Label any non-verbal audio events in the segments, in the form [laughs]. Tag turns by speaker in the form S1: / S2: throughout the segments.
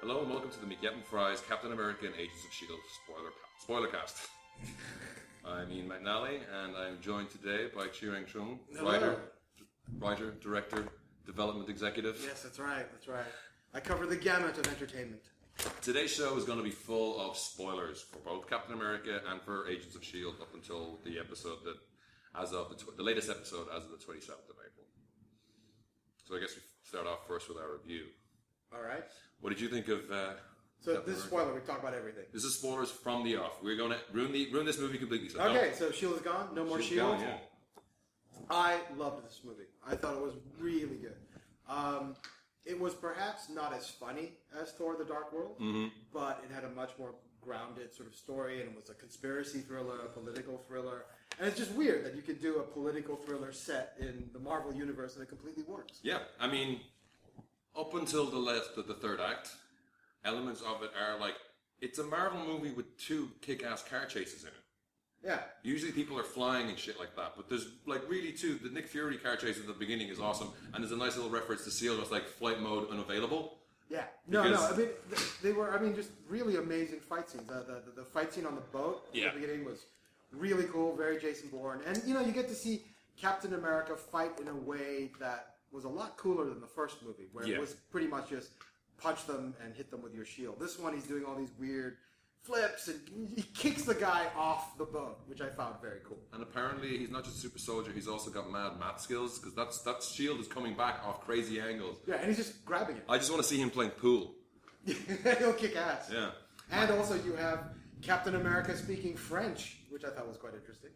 S1: Hello and welcome to the McGeppin Fries Captain America and Agents of S.H.I.E.L.D. E spoiler, ca- spoiler
S2: [laughs]
S1: cast. I'm Ian McNally and I'm joined today by Chiang Chung,
S2: Hello.
S1: writer, writer, director, development executive.
S2: Yes, that's right. That's right. I cover the gamut of entertainment.
S1: Today's show is going to be full of spoilers for both Captain America and for Agents of S.H.I.E.L.D. E up until the episode that, as of the, tw- the latest episode as of the 27th of April. So I guess we start off first with our review.
S2: All right.
S1: What did you think of uh,
S2: So
S1: Captain
S2: this is
S1: America?
S2: spoiler. We talk about everything.
S1: This is spoilers from the off. We're gonna ruin the ruin this movie completely. So
S2: Okay, so Shield is gone. No more
S1: don't,
S2: Shield.
S1: Gone, yeah.
S2: I loved this movie. I thought it was really good. Um, it was perhaps not as funny as Thor: The Dark World,
S1: Mm-hmm.
S2: but it had a much more grounded sort of story, and it was a conspiracy thriller, a political thriller, and it's just weird that you could do a political thriller set in the Marvel universe and it completely works.
S1: Yeah, I mean, up until the last of the third act, elements of it are like it's a Marvel movie with two kick-ass car chases in it.
S2: Yeah,
S1: Usually people are flying and shit like that, but there's like really two. The Nick Fury car chase at the beginning is awesome, and there's a nice little reference to Seal that's like flight mode unavailable.
S2: Yeah. No,
S1: Because-
S2: no. I mean, th- they were. I mean, just really amazing fight scenes. The the, the, the fight scene on the boat
S1: Yeah.
S2: at the beginning was really cool. Very Jason Bourne, and you know, you get to see Captain America fight in a way that was a lot cooler than the first movie, where
S1: Yeah.
S2: it was pretty much just punch them and hit them with your shield. This one, he's doing all these weird flips and he kicks the guy off the boat, which I found very cool.
S1: And apparently, he's not just a super soldier; he's also got mad math skills because that's that Shield is coming back off crazy angles.
S2: Yeah, and he's just grabbing it.
S1: I just want to see him playing pool.
S2: [laughs] He'll kick ass.
S1: Yeah.
S2: And also, you have Captain America speaking French, which I thought was quite interesting.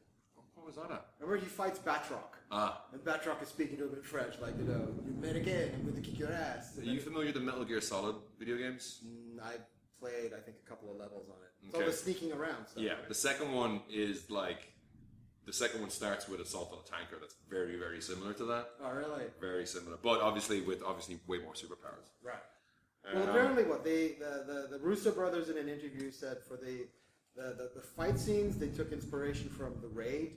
S1: What was that at?
S2: Remember, he fights Batroc.
S1: Ah.
S2: And Batroc is speaking to him in French, like, you know, you met again, I'm going to kick your ass.
S1: Are
S2: And
S1: you familiar with the Metal Gear Solid video games?
S2: then I played, I think, a couple of levels on it. It's all
S1: Okay.
S2: the sneaking around stuff.
S1: The second one is like. The second one starts with Assault on a Tanker that's very, very similar to that.
S2: Oh, really?
S1: Very similar. But obviously with obviously way more superpowers.
S2: Right. Well,
S1: Uh,
S2: apparently, what they the, the the Russo brothers in an interview said for the the, the, the fight scenes they took inspiration from the raid.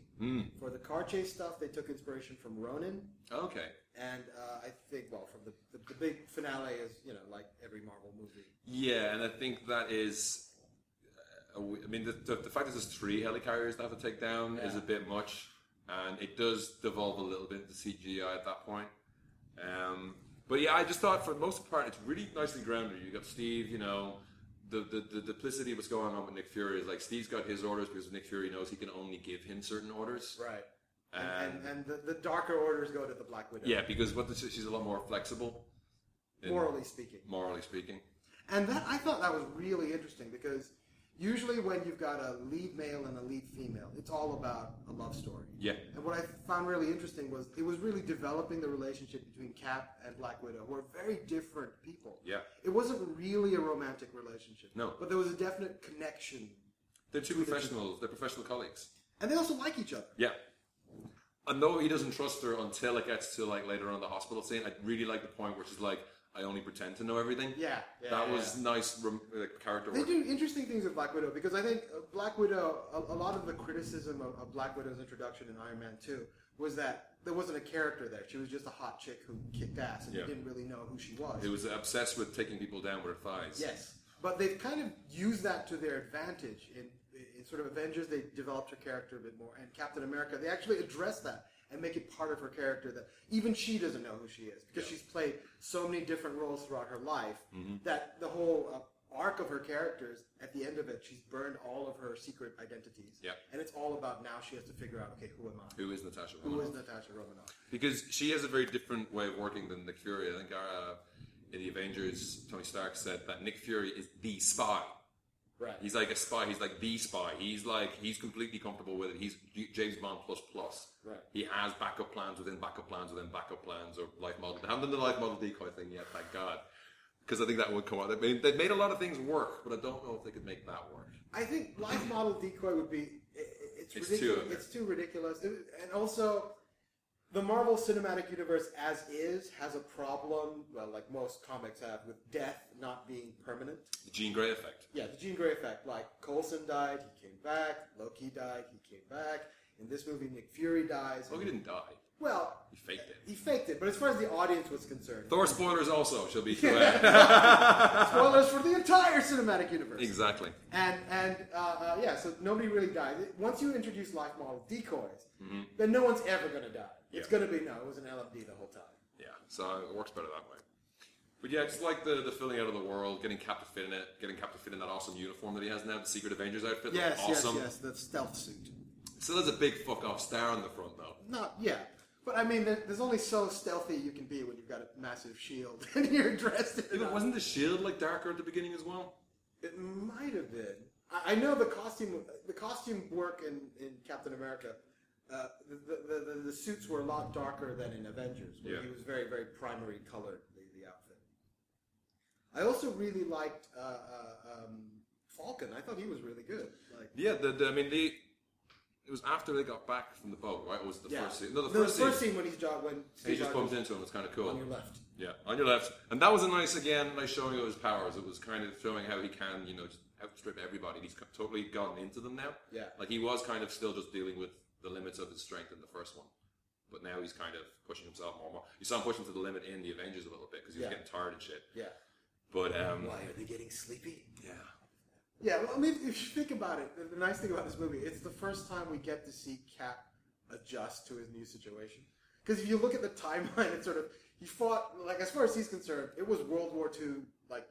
S2: For the car chase stuff, they took inspiration from Ronin,
S1: Um, Okay.
S2: and uh, I think well, from the, the the big finale is you know like every Marvel movie.
S1: Yeah, and I think that is. uh, a w- I mean, the, the, the fact that there's three helicarriers to have to take down is a
S2: Yeah.
S1: bit much, and it does devolve a little bit into CGI at that point. Um, but yeah, I just thought for the most part it's really nicely grounded. You got Steve, you know, the, the, the duplicity of what's going on with Nick Fury is like Steve's got his orders because Nick Fury knows he can only give him certain orders.
S2: Right.
S1: And-
S2: And, and, and the, the darker orders go to the Black Widow.
S1: Yeah, because what the, she's a lot more flexible, in-
S2: Morally speaking.
S1: morally speaking.
S2: And that I thought that was really interesting because usually when you've got a lead male and a lead female, it's all about a love story.
S1: Yeah.
S2: And what I found really interesting was it was really developing the relationship between Cap and Black Widow, who are very different people.
S1: Yeah.
S2: It wasn't really a romantic relationship.
S1: No.
S2: But there was a definite connection.
S1: They're two professionals. They're professional colleagues.
S2: And they also like each other.
S1: Yeah. And though he doesn't trust her until it gets to like later on the hospital scene, I really like the point where she's like, "I only pretend to know everything."
S2: Yeah, yeah,
S1: that
S2: yeah,
S1: was nice rem- like, character
S2: They
S1: work.
S2: do interesting things with Black Widow because I think uh, Black Widow, a, a lot of the criticism of, of Black Widow's introduction in Iron Man 2 was that there wasn't a character there. She was just a hot chick who kicked ass and
S1: Yeah.
S2: you didn't really know who she was.
S1: It was obsessed with taking people down with her thighs.
S2: yes. But they've kind of used that to their advantage. In, in sort of Avengers, they developed her character a bit more. And Captain America, they actually address that and make it part of her character that even she doesn't know who she is because
S1: Yeah.
S2: she's played so many different roles throughout her life that the whole uh, arc of her characters at the end of it she's burned all of her secret identities
S1: Yeah.
S2: and it's all about now she has to figure out okay who am i
S1: Who is Natasha?
S2: who
S1: Romanoff?
S2: is natasha romanoff
S1: because she has a very different way of working than Nick Fury. I think uh, in the Avengers, Tony Stark said that Nick Fury is the spy.
S2: right
S1: He's like a spy. He's like the spy. He's like he's completely comfortable with it. He's J- James Bond plus plus.
S2: Right.
S1: He has backup plans within backup plans within backup plans or life model. They haven't done the life model decoy thing yet, thank God, because I think that would come out. They made, they made a lot of things work, but I don't know if they could make that work.
S2: I think life model decoy would be i- i it's,
S1: It's too
S2: ridiculous.
S1: over.
S2: it's too ridiculous, It- and also the Marvel Cinematic Universe as is has a problem, well, like most comics have, with death not being permanent.
S1: The Jean Grey effect.
S2: Yeah, the Jean Grey effect. Like Coulson died, he came back. Loki died, he came back. In this movie, Nick Fury dies.
S1: Logan Oh, didn't die.
S2: Well,
S1: He faked it.
S2: he faked it, but as far as the audience was concerned,
S1: [laughs] Thor spoilers also shall
S2: [laughs]
S1: be
S2: spoilers for the entire cinematic universe.
S1: exactly.
S2: And and uh, uh, yeah, so nobody really dies. It- Once you introduce life model decoys, then no one's ever going to die. It's
S1: Mm-hmm. Yeah.
S2: going to be no, it was an LMD the whole time.
S1: Yeah, so it works better that way. But yeah, just like the, the filling out of the world, getting Captain Fit in it, getting Captain Fit in that awesome uniform that he has now, the Secret Avengers outfit.
S2: Yes,
S1: looks awesome.
S2: yes, yes, the stealth suit.
S1: Still has a big fuck off star on the front though.
S2: Not yeah, but I mean, there, there's only so stealthy you can be when you've got a massive shield [laughs] and you're dressed.
S1: Yeah,
S2: In
S1: but
S2: a-
S1: wasn't the shield like darker at the beginning as well?
S2: It might have been. I, I know the costume, the costume work in, in Captain America. Uh, the, the, the, the suits were a lot darker than in Avengers, where
S1: Yeah.
S2: he was very, very primary colored, the, the outfit. I also really liked uh, uh, um, Falcon. I thought he was really good. Like,
S1: Yeah, the, the I mean they it was after they got back from the boat, right? Or was it the first scene? No, the first, scene.
S2: when he's jo- when
S1: He
S2: Steve
S1: just
S2: Rogers
S1: bumps into him. It's kind of
S2: on
S1: cool.
S2: your left.
S1: Yeah, on your left, and that was a nice again, nice showing of his powers. It was kind of showing how he can, you know, just outstrip everybody. He's co- totally gone into them now.
S2: Yeah.
S1: like he was kind of still just dealing with the limits of his strength in the first one, but now he's kind of pushing himself more. and more. You saw him pushing to the limit in the Avengers a little bit because he was
S2: Yeah.
S1: getting tired and shit.
S2: Yeah.
S1: But um,
S2: Why are they getting sleepy?
S1: yeah,
S2: Yeah, well, I mean, if you think about it, the, the nice thing about this movie, it's the first time we get to see Cap adjust to his new situation. Because if you look at the [laughs] timeline, it's sort of he fought like as far as he's concerned, it was World War II like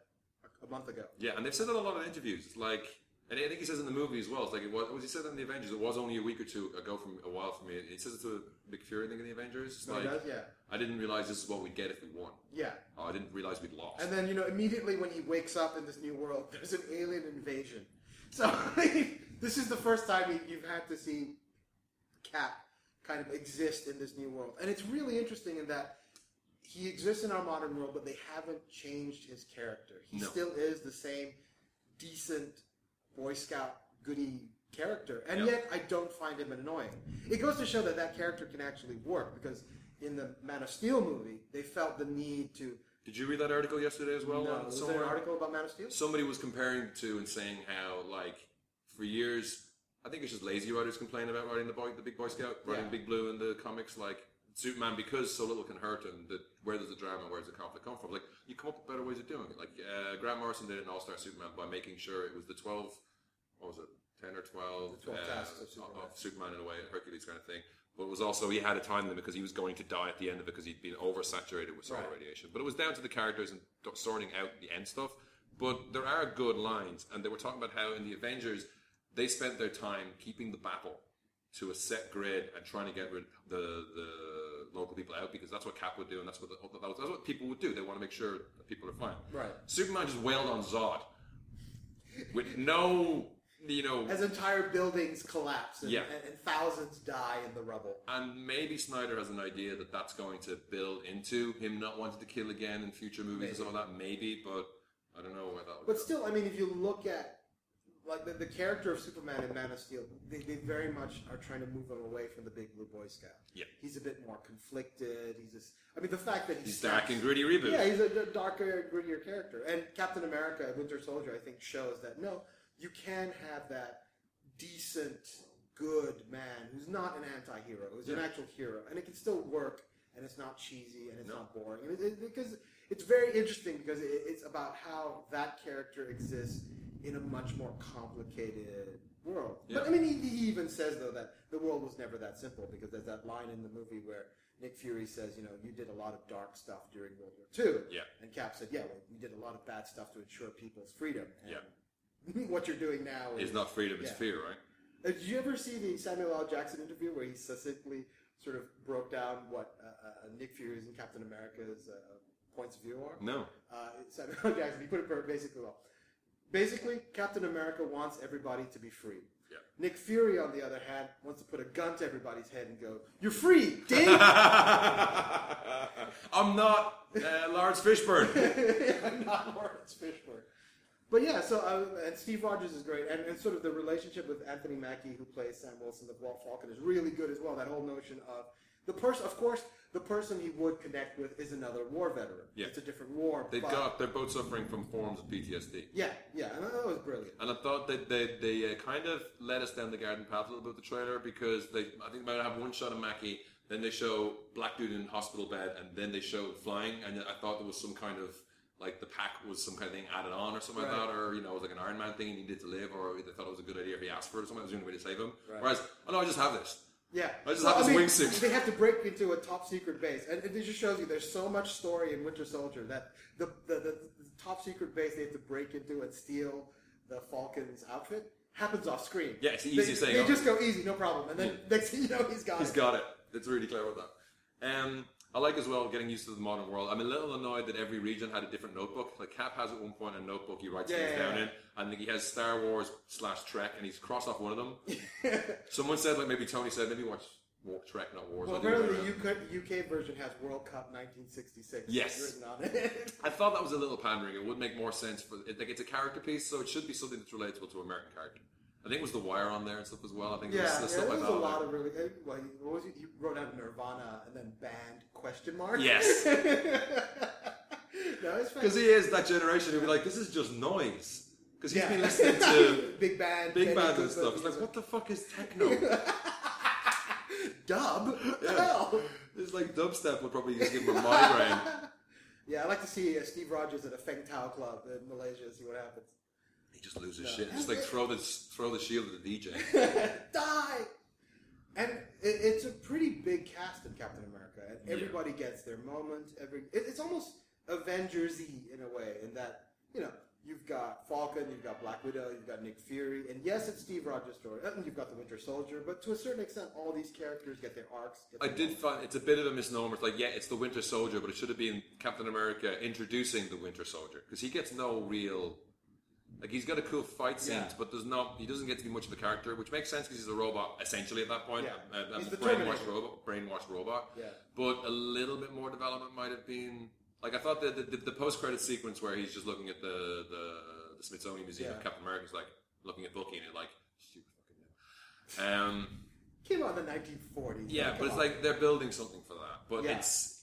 S2: a, a month ago.
S1: yeah, and they've said that a lot in interviews. It's like, and I think he says in the movie as well. It's like it was, was he said in the Avengers. It was only a week or two ago from a while from me. He says it to Nick Fury, I think, in the Avengers. It's
S2: So
S1: like,
S2: he does- yeah,
S1: I didn't realize this is what we'd get if we won.
S2: yeah.
S1: Oh, I didn't realize we'd lost.
S2: And then you know immediately when he wakes up in this new world, [laughs] there's an alien invasion. So [laughs] this is the first time you- you've had to see Cap kind of exist in this new world, and it's really interesting in that he exists in our modern world, but they haven't changed his character. He
S1: No.
S2: still is the same decent Boy Scout goody character, and
S1: Yep.
S2: yet I don't find him annoying. It goes to show that that character can actually work because in the Man of Steel movie, they felt the need to.
S1: Did you read that article yesterday as well? um,
S2: No,
S1: on
S2: was there
S1: somewhere?
S2: an article about Man of Steel?
S1: Somebody was comparing the two and saying how, like, for years, I think it's just lazy writers complain about writing the boy, the big boy scout, writing
S2: Yeah.
S1: Big Blue in the comics, like Superman, because so little can hurt him. That where does the drama, where does the conflict come from? Like, you come up with better ways of doing it. Like uh, Grant Morrison did in All Star Superman by making sure it was the twelve, what was it, ten or twelve,
S2: The 12
S1: uh,
S2: tasks of Superman.
S1: Superman in a way, Hercules kind of thing. But it was also he had a time limit because he was going to die at the end of it because he'd been oversaturated with solar
S2: Right.
S1: radiation. But it was down to the characters and d- sorting out the end stuff. But there are good lines, and they were talking about how in the Avengers they spent their time keeping the battle to a set grid and trying to get rid the the local people out because that's what Cap would do, and that's what the, that was- that's what people would do. They want to make sure that people are fine.
S2: Right.
S1: Superman just wailed on Zod with no, you know,
S2: As entire buildings collapse and,
S1: Yeah.
S2: and, and thousands die in the rubble.
S1: And maybe Snyder has an idea that that's going to build into him not wanting to kill again in future movies and stuff like that. Maybe, but I don't know where that would.
S2: But
S1: go.
S2: still, I mean, if you look at like the, the character of Superman in Man of Steel, they, they very much are trying to move him away from the big blue boy scout.
S1: Yeah.
S2: he's a bit more conflicted. He's just, I mean, the fact that he's,
S1: He's dark and gritty reboot.
S2: Yeah, he's a d- darker, grittier character. And Captain America, Winter Soldier, I think shows that no, you can have that decent, good man who's not an anti-hero, who's an
S1: Yeah.
S2: actual hero, and it can still work, and it's not cheesy, and it's
S1: No.
S2: not boring. And it, it- because it's very interesting because it, it's about how that character exists in a much more complicated world. But
S1: Yeah.
S2: I mean, he, he even says though that the world was never that simple because there's that line in the movie where Nick Fury says, you know, you did a lot of dark stuff during World War II.
S1: Yeah.
S2: And Cap said, yeah, well, we did a lot of bad stuff to ensure people's freedom. And
S1: Yeah.
S2: [laughs] What you're doing now is
S1: It's not freedom, it's
S2: Yeah.
S1: fear, right?
S2: uh, Did you ever see the Samuel L. Jackson interview where he succinctly sort of broke down what uh, uh, Nick Fury's and Captain America's uh, points of view are?
S1: No.
S2: uh, Samuel L. Jackson. He put it very basically well. Basically, Captain America wants everybody to be free.
S1: Yeah.
S2: Nick Fury, on the other hand, wants to put a gun to everybody's head and go, "You're free, dig!"
S1: [laughs] I'm not uh, Lawrence
S2: [laughs]
S1: Fishburne.
S2: not Lawrence Fishburne. But yeah, so uh, and Steve Rogers is great, and, and sort of the relationship with Anthony Mackie, who plays Sam Wilson, the Walt Falcon, is really good as well. That whole notion of the person, of course, the person he would connect with is another war veteran.
S1: Yeah.
S2: It's a different war.
S1: They've
S2: but-
S1: got they're both suffering from forms of PTSD.
S2: Yeah, yeah, and that was brilliant.
S1: And I thought that they, they uh, kind of led us down the garden path a little bit with the trailer because they I think they might have one shot of Mackie, then they show black dude in hospital bed, and then they show flying. And I thought there was some kind of like the pack was some kind of thing added on or something like
S2: Right.
S1: that, or you know, it was like an Iron Man thing he needed to live, or they thought it was a good idea if he asked for it or something. That was the only way to save him.
S3: Right.
S1: Whereas, oh no, I just have this.
S2: Yeah,
S1: I just have this wingsuit.
S2: They have to break into a top secret base, and it just shows you there's so much story in Winter Soldier that the the, the, the top secret base they have to break into and steal the Falcon's outfit happens off screen.
S1: Yeah, it's the
S2: They-
S1: easiest thing
S2: They
S1: ever.
S2: just go easy, no problem, and then next thing you know, he's got
S1: He's
S2: it.
S1: got it. It's really clever with that. Um, I like as well getting used to the modern world. I'm a little annoyed that every region had a different notebook. Like Cap has at one point a notebook he writes
S2: Yeah,
S1: things
S2: yeah,
S1: down
S2: yeah.
S1: in, and like, he has Star Wars slash Trek, and he's crossed off one of them. Someone said like maybe Tony said maybe watch Walk Trek, not Wars.
S2: [laughs] Well,
S1: I didn't
S2: apparently
S1: know
S2: the
S1: that.
S2: UK, UK version has World Cup 1966
S1: Yes.
S2: written on
S1: [laughs]
S2: it.
S1: I thought that was a little pandering. It would make more sense for like it's a character piece, so it should be something that's relatable to American character. I think it was The Wire on there and stuff as well. I think
S2: yeah,
S1: there was
S2: yeah,
S1: stuff like
S2: there's
S1: that.
S2: a
S1: on
S2: lot
S1: there.
S2: of really. uh, Well, you- what was it? You wrote out Nirvana and then band question mark. [laughs]
S1: Yes.
S2: no, it's
S1: Because he is that generation who'd be like, this is just noise. Because he's
S2: Yeah.
S1: been listening
S2: [laughs]
S1: to
S2: big band,
S1: big
S2: Teddy
S1: bands and
S2: Cooper,
S1: stuff. It's like, what the fuck is techno?
S2: [laughs] dub?
S1: Yeah.
S2: Hell.
S1: [laughs] It's like dubstep would probably just give him a
S2: [laughs]
S1: migraine.
S2: Yeah, I'd like to see uh, Steve Rogers at a Feng Tao club in Malaysia. See what
S1: [laughs]
S2: happens.
S1: He just loses
S2: No.
S1: shit. Just like throw the throw the shield at the DJ.
S2: Die. And it, it's a pretty big cast in Captain America, and
S1: Yeah.
S2: everybody gets their moment. Every it, it's almost Avengersy in a way, in that you know you've got Falcon, you've got Black Widow, you've got Nick Fury, and yes, it's Steve Rogers' story, and you've got the Winter Soldier. But to a certain extent, all these characters get their arcs. Get
S1: I
S2: their
S1: did
S2: moments.
S1: find it's a bit of a misnomer. It's like, yeah, it's the Winter Soldier, but it should have been Captain America introducing the Winter Soldier because he gets no real. Like he's got a cool fight scenes,
S3: Yeah.
S1: but there's not. He doesn't get to be much of a character, which makes sense because he's a robot essentially at that point.
S2: Yeah.
S1: A, a, a
S2: He's the
S1: brainwashed
S2: Terminator.
S1: robot. Brainwashed robot.
S2: Yeah.
S1: But a little bit more development might have been. Like I thought that the, the, the post credit sequence where he's just looking at the the, the Smithsonian Museum of
S2: Yeah.
S1: Captain America is like looking at Bucky and it like stupid fucking name. Um.
S2: came out in the 1940s.
S1: Yeah,
S2: come
S1: but it's
S2: on.
S1: like they're building something for that. But
S2: Yeah.
S1: it's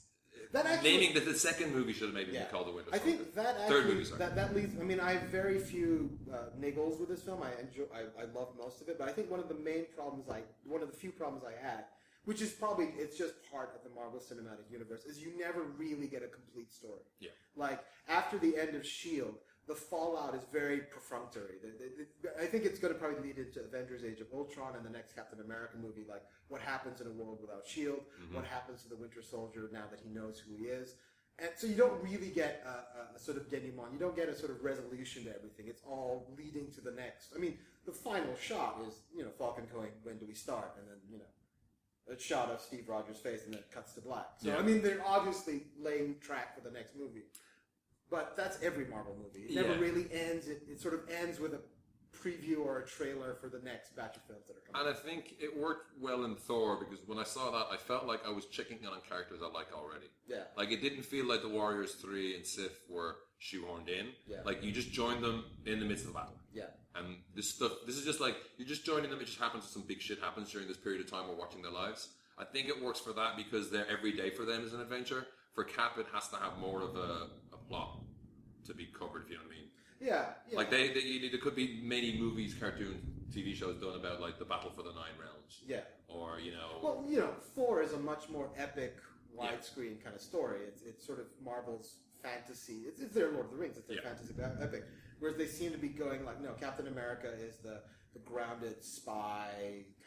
S2: That actually-
S1: naming that the second movie should have maybe
S2: Yeah.
S1: been called The Winter
S2: I
S1: Soldier.
S2: think that
S1: Third
S2: actually
S1: movie, sorry.
S2: that, that leads. I mean, I have very few uh, niggles with this film. I enjoy. I, I love most of it, but I think one of the main problems, I one of the few problems I had, which is probably it's just part of the Marvel Cinematic Universe, is you never really get a complete story.
S1: Yeah.
S2: Like after the end of Shield, E the fallout is very perfunctory. The- the- the- I think it's going to probably lead into Avengers: Age of Ultron and the next Captain America movie. Like what happens in a world without Shield? E
S1: Mm-hmm.
S2: What happens to the Winter Soldier now that he knows who he is? And so you don't really get a, a, a sort of denouement. You don't get a sort of resolution to everything. It's all leading to the next. I mean, the final shot is you know Falcon going, "When do we start?" And then you know a shot of Steve Rogers' face and then it cuts to black. So
S1: Yeah.
S2: I mean, they're obviously laying track for the next movie. But that's every Marvel movie. It never
S1: Yeah.
S2: really ends. It, it sort of ends with a preview or a trailer for the next batch of films that are coming.
S1: and I think it worked well in Thor because when I saw that, I felt like I was checking in on characters I like already.
S2: Yeah.
S1: Like it didn't feel like the Warriors Three and Sif were shoehorned in.
S2: Yeah.
S1: Like you just joined them in the midst of the battle.
S2: Yeah.
S1: And this stuff, this is just like you're just joining them. It just happens. Some big shit happens during this period of time we're watching their lives. I think it works for that because their every day for them is an adventure. For Cap, it has to have more of a, a plot to be covered. If you know what I mean.
S2: Yeah. yeah.
S1: Like they, they, you- there could be many movies, cartoons, TV shows done about like the battle for the Nine Realms.
S2: Yeah.
S1: Or you know.
S2: Well, you know, Thor is a much more epic, widescreen kind of story. It's, it's sort of Marvel's fantasy. It's, it's their Lord of the Rings. It's their
S1: Yeah.
S2: fantasy fantasy e- epic. Whereas they seem to be going like, no, Captain America is the, the grounded spy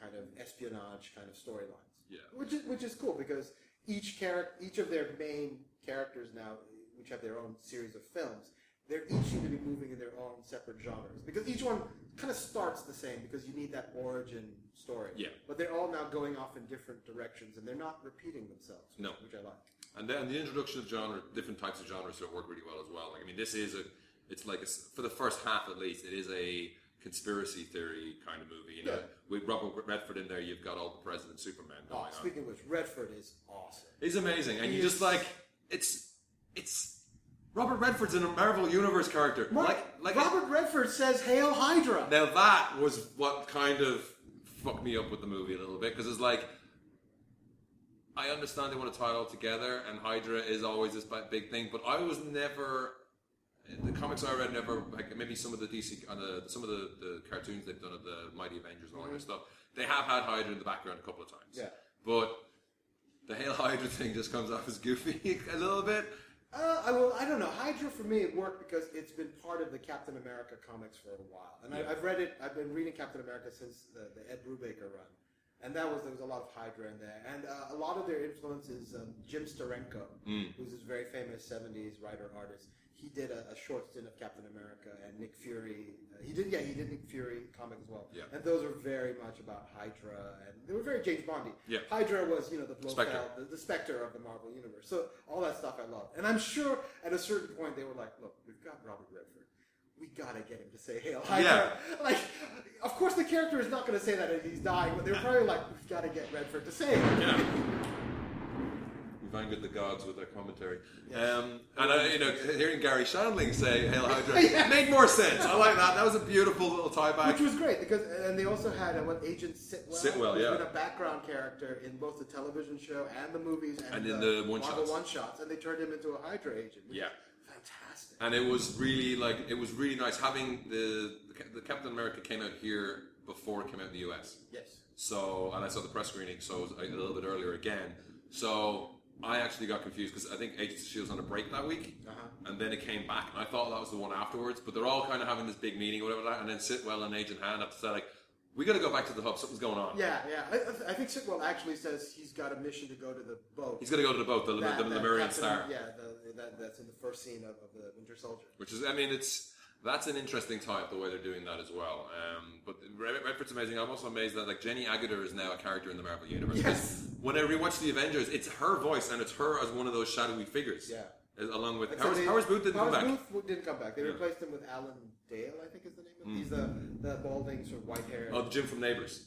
S2: kind of espionage kind of storylines.
S1: Yeah.
S2: Which is which is cool because each character, each of their main characters now, which have their own series of films, they're each seem to be moving in their own separate genres because each one kind of starts the same because you need that origin story.
S1: Yeah.
S2: But they're all now going off in different directions and they're not repeating themselves.
S1: No.
S2: Which I like.
S1: and then the introduction of genre, different types of genres that work really well as well. Like I mean, this is a, it's like a s for the first half at least, it is a conspiracy theory kind of movie. You know,
S2: Yeah.
S1: with Robert Redford in there, you've got all the President Superman
S2: Oh,
S1: going on.
S2: speaking of which, Redford is awesome.
S1: He's amazing, and
S2: He
S1: you
S2: is-
S1: just like it's it's Robert Redford's in a Marvel Universe character. like like
S2: Robert Redford says, "Hail Hydra."
S1: Now that was what kind of fucked me up with the movie a little bit because it's like I understand they want to tie it all together, and Hydra is always this bi- big thing. But I was never the comics I read never like maybe some of the DC on the some of the, the cartoons they've done of the Mighty Avengers and all that stuff. They have had Hydra in the background a couple of times.
S2: Yeah.
S1: but the Hail Hydra thing just comes off as goofy [laughs] a little bit.
S2: Uh, I will. I don't know. Hydra for me it worked because it's been part of the Captain America comics for a while, and
S1: Yeah.
S2: I, I've read it. I've been reading Captain America since the, the Ed Brubaker run, and that was there was a lot of Hydra in there, and uh, a lot of their influence is um, Jim Steranko,
S1: Mm.
S2: who's this very famous '70s writer artist. He did a, a short stint of Captain America and Nick Fury. Uh, he did, yeah, he did Nick Fury comic as well.
S1: Yeah.
S2: And those are very much about Hydra, and they were very James Bondy.
S1: Yeah.
S2: Hydra was, you know, the Blofeld,
S1: Spectre.
S2: uh, the, the specter of the Marvel universe. So all that stuff I love, and I'm sure at a certain point they were like, "Look, we've got Robert Redford. We gotta get him to say Hail Hydra." [laughs] Like, of course the character is not gonna say that as he's dying, but they were probably like, "We've gotta get Redford to say it."
S1: Yeah. We've angered the gods with our commentary.
S2: Yes.
S1: Um, and I, you know, hearing Gary Shandling say "Hail
S2: [laughs]
S1: Hydra"
S2: Yeah.
S1: made more sense. I like that. That was a beautiful little tie back.
S2: Which was great because, and they also had uh, what Agent Sitwell,
S1: Sitwell,
S2: who's
S1: yeah.
S2: been a background character in both the television show and the movies, uh,
S1: And in the one-shots.
S2: Marvel one shots, and they turned him into a Hydra agent. which is
S1: Yeah.
S2: fantastic.
S1: and it was really like it was really nice having the the, Cap- the Captain America came out here before it came out in the US.
S2: Yes.
S1: So and I saw the press screening, so it was a, a little bit earlier again. So I actually got confused because I E think Agents of Shield was on a break that week,
S2: Uh-huh.
S1: and then it came back, and I thought that was the one afterwards. But they're all kind of having this big meeting or whatever, like, and then Sitwell and Agent Hand have to say like, "We got to go back to the hub. Something's going on.
S2: Yeah, yeah. I- I, th- I think Sitwell actually says he's got a mission to go to the boat.
S1: He's got to go to the boat, the, Lemur-
S2: That-
S1: the,
S2: that
S1: Lemurian
S2: Captain-
S1: Star."
S2: Yeah, the, that, that's in the first scene of, of the Winter Soldier.
S1: which is I mean it's that's an interesting type the way they're doing that as well. Um, but Re- Redford's amazing. I'm also amazed that like Jenny Agutter is now a character in the Marvel universe. 'Cause
S2: Yes.
S1: When I rewatch the Avengers, it's her voice and it's her as one of those shadowy figures.
S2: Yeah.
S1: As- Along with
S2: Except
S1: Powers,
S2: they-
S1: Powers Booth didn't
S2: Powers
S1: come back.
S2: Booth w- didn't come back. They
S1: Yeah. Hmm.
S2: replaced him with Alan Dale, I think is the name of him. He's the, the balding, sort of white hair.
S1: Oh, Jim from Neighbours.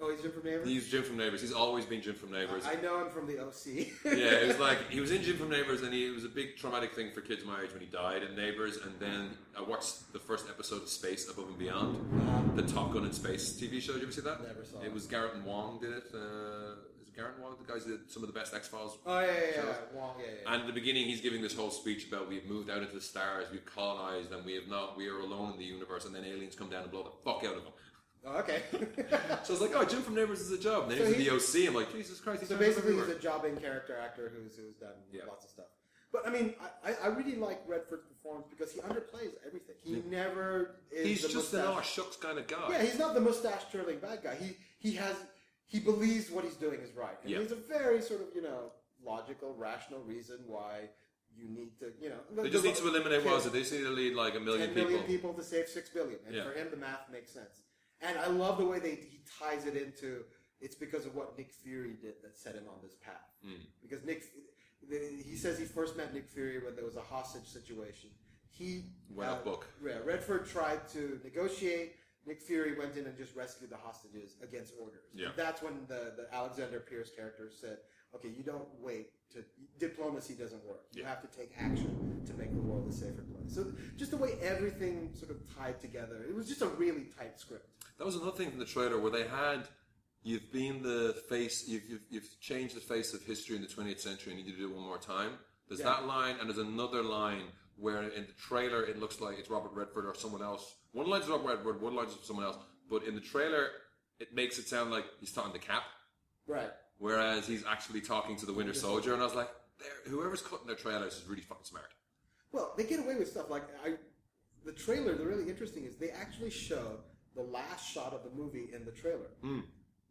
S2: oh, he's Jim from Neighbors?
S1: He's Jim from Neighbours. He's always been Jim from Neighbours.
S2: I know him from the OC.
S1: yeah, it was
S2: [laughs]
S1: like he was in Jim from Neighbours, and he, it was a big traumatic thing for kids my age when he died in Neighbours. And then I watched the first episode of Space Above and Beyond, the Top Gun in Space TV show. Did you ever see that?
S2: Never saw
S1: It
S2: it.
S1: was Garrett and Wong did it. Uh, is it Garrett and Wong? The guys who did some of the best X Files.
S2: Oh, yeah, yeah, yeah.
S1: shows.
S2: Wong, yeah, yeah.
S1: And at the beginning, he's giving this whole speech about we've moved out into the stars, we've colonized, and we have not. We are alone in the universe, and then aliens come down and blow the fuck out of
S2: [laughs]
S1: them.
S2: Oh, okay. [laughs]
S1: So I was like, oh, Jim from Neighbours is a job. And then
S2: So
S1: he's in
S2: he-
S1: the OC. I'm like, Jesus Christ. He's
S2: So
S1: done it
S2: basically, he's
S1: everywhere.
S2: a jobbing character actor who's who's done
S1: Yeah.
S2: lots of stuff. But I mean, I, I- I really like Redford's performance because he underplays everything. He never is.
S1: he's
S2: the
S1: just an
S2: mustache.
S1: aw shucks kind of guy.
S2: Yeah, he's not the mustache twirling bad guy. He he has he believes what he's doing is right. And
S1: Yeah.
S2: He's a very sort of you know logical, rational reason why you need to you know.
S1: They just need to eliminate
S2: Yeah.
S1: was it? They just need to lead like a million
S2: Ten
S1: people.
S2: million people to save six billion, and
S1: Yeah.
S2: for him the math makes sense. And I love the way they he ties it into it's because of what Nick Fury did that set him on this path.
S1: Mm.
S2: Because Nick, the- he says he first met Nick Fury when there was a hostage situation. He
S1: Went off book.
S2: Yeah, Redford tried to negotiate. Nick Fury went in and just rescued the hostages against orders.
S1: Yeah.
S2: That's when the, the Alexander Pierce character said, okay, you don't wait to, diplomacy doesn't work. You
S1: Yeah.
S2: have to take action to make the world a safer place. So just the way everything sort of tied together, it was just a really tight script.
S1: That was another thing from the trailer where they had you've been the face, you've, you've, you've changed the face of history in the 20th century and you need to do it one more time. There's
S2: Yeah.
S1: that line and there's another line where in the trailer it looks like it's Robert Redford or someone else. One line's Robert Redford, one line's someone else. But in the trailer it makes it sound like he's talking to Cap,
S2: Right.
S1: whereas he's actually talking to the Winter Soldier. And I was like, "They're- whoever's cutting their trailers is really fucking smart.
S2: Well, they get away with stuff like I. The trailer, the really interesting is they actually show the last shot of the movie in the trailer
S1: Hmm.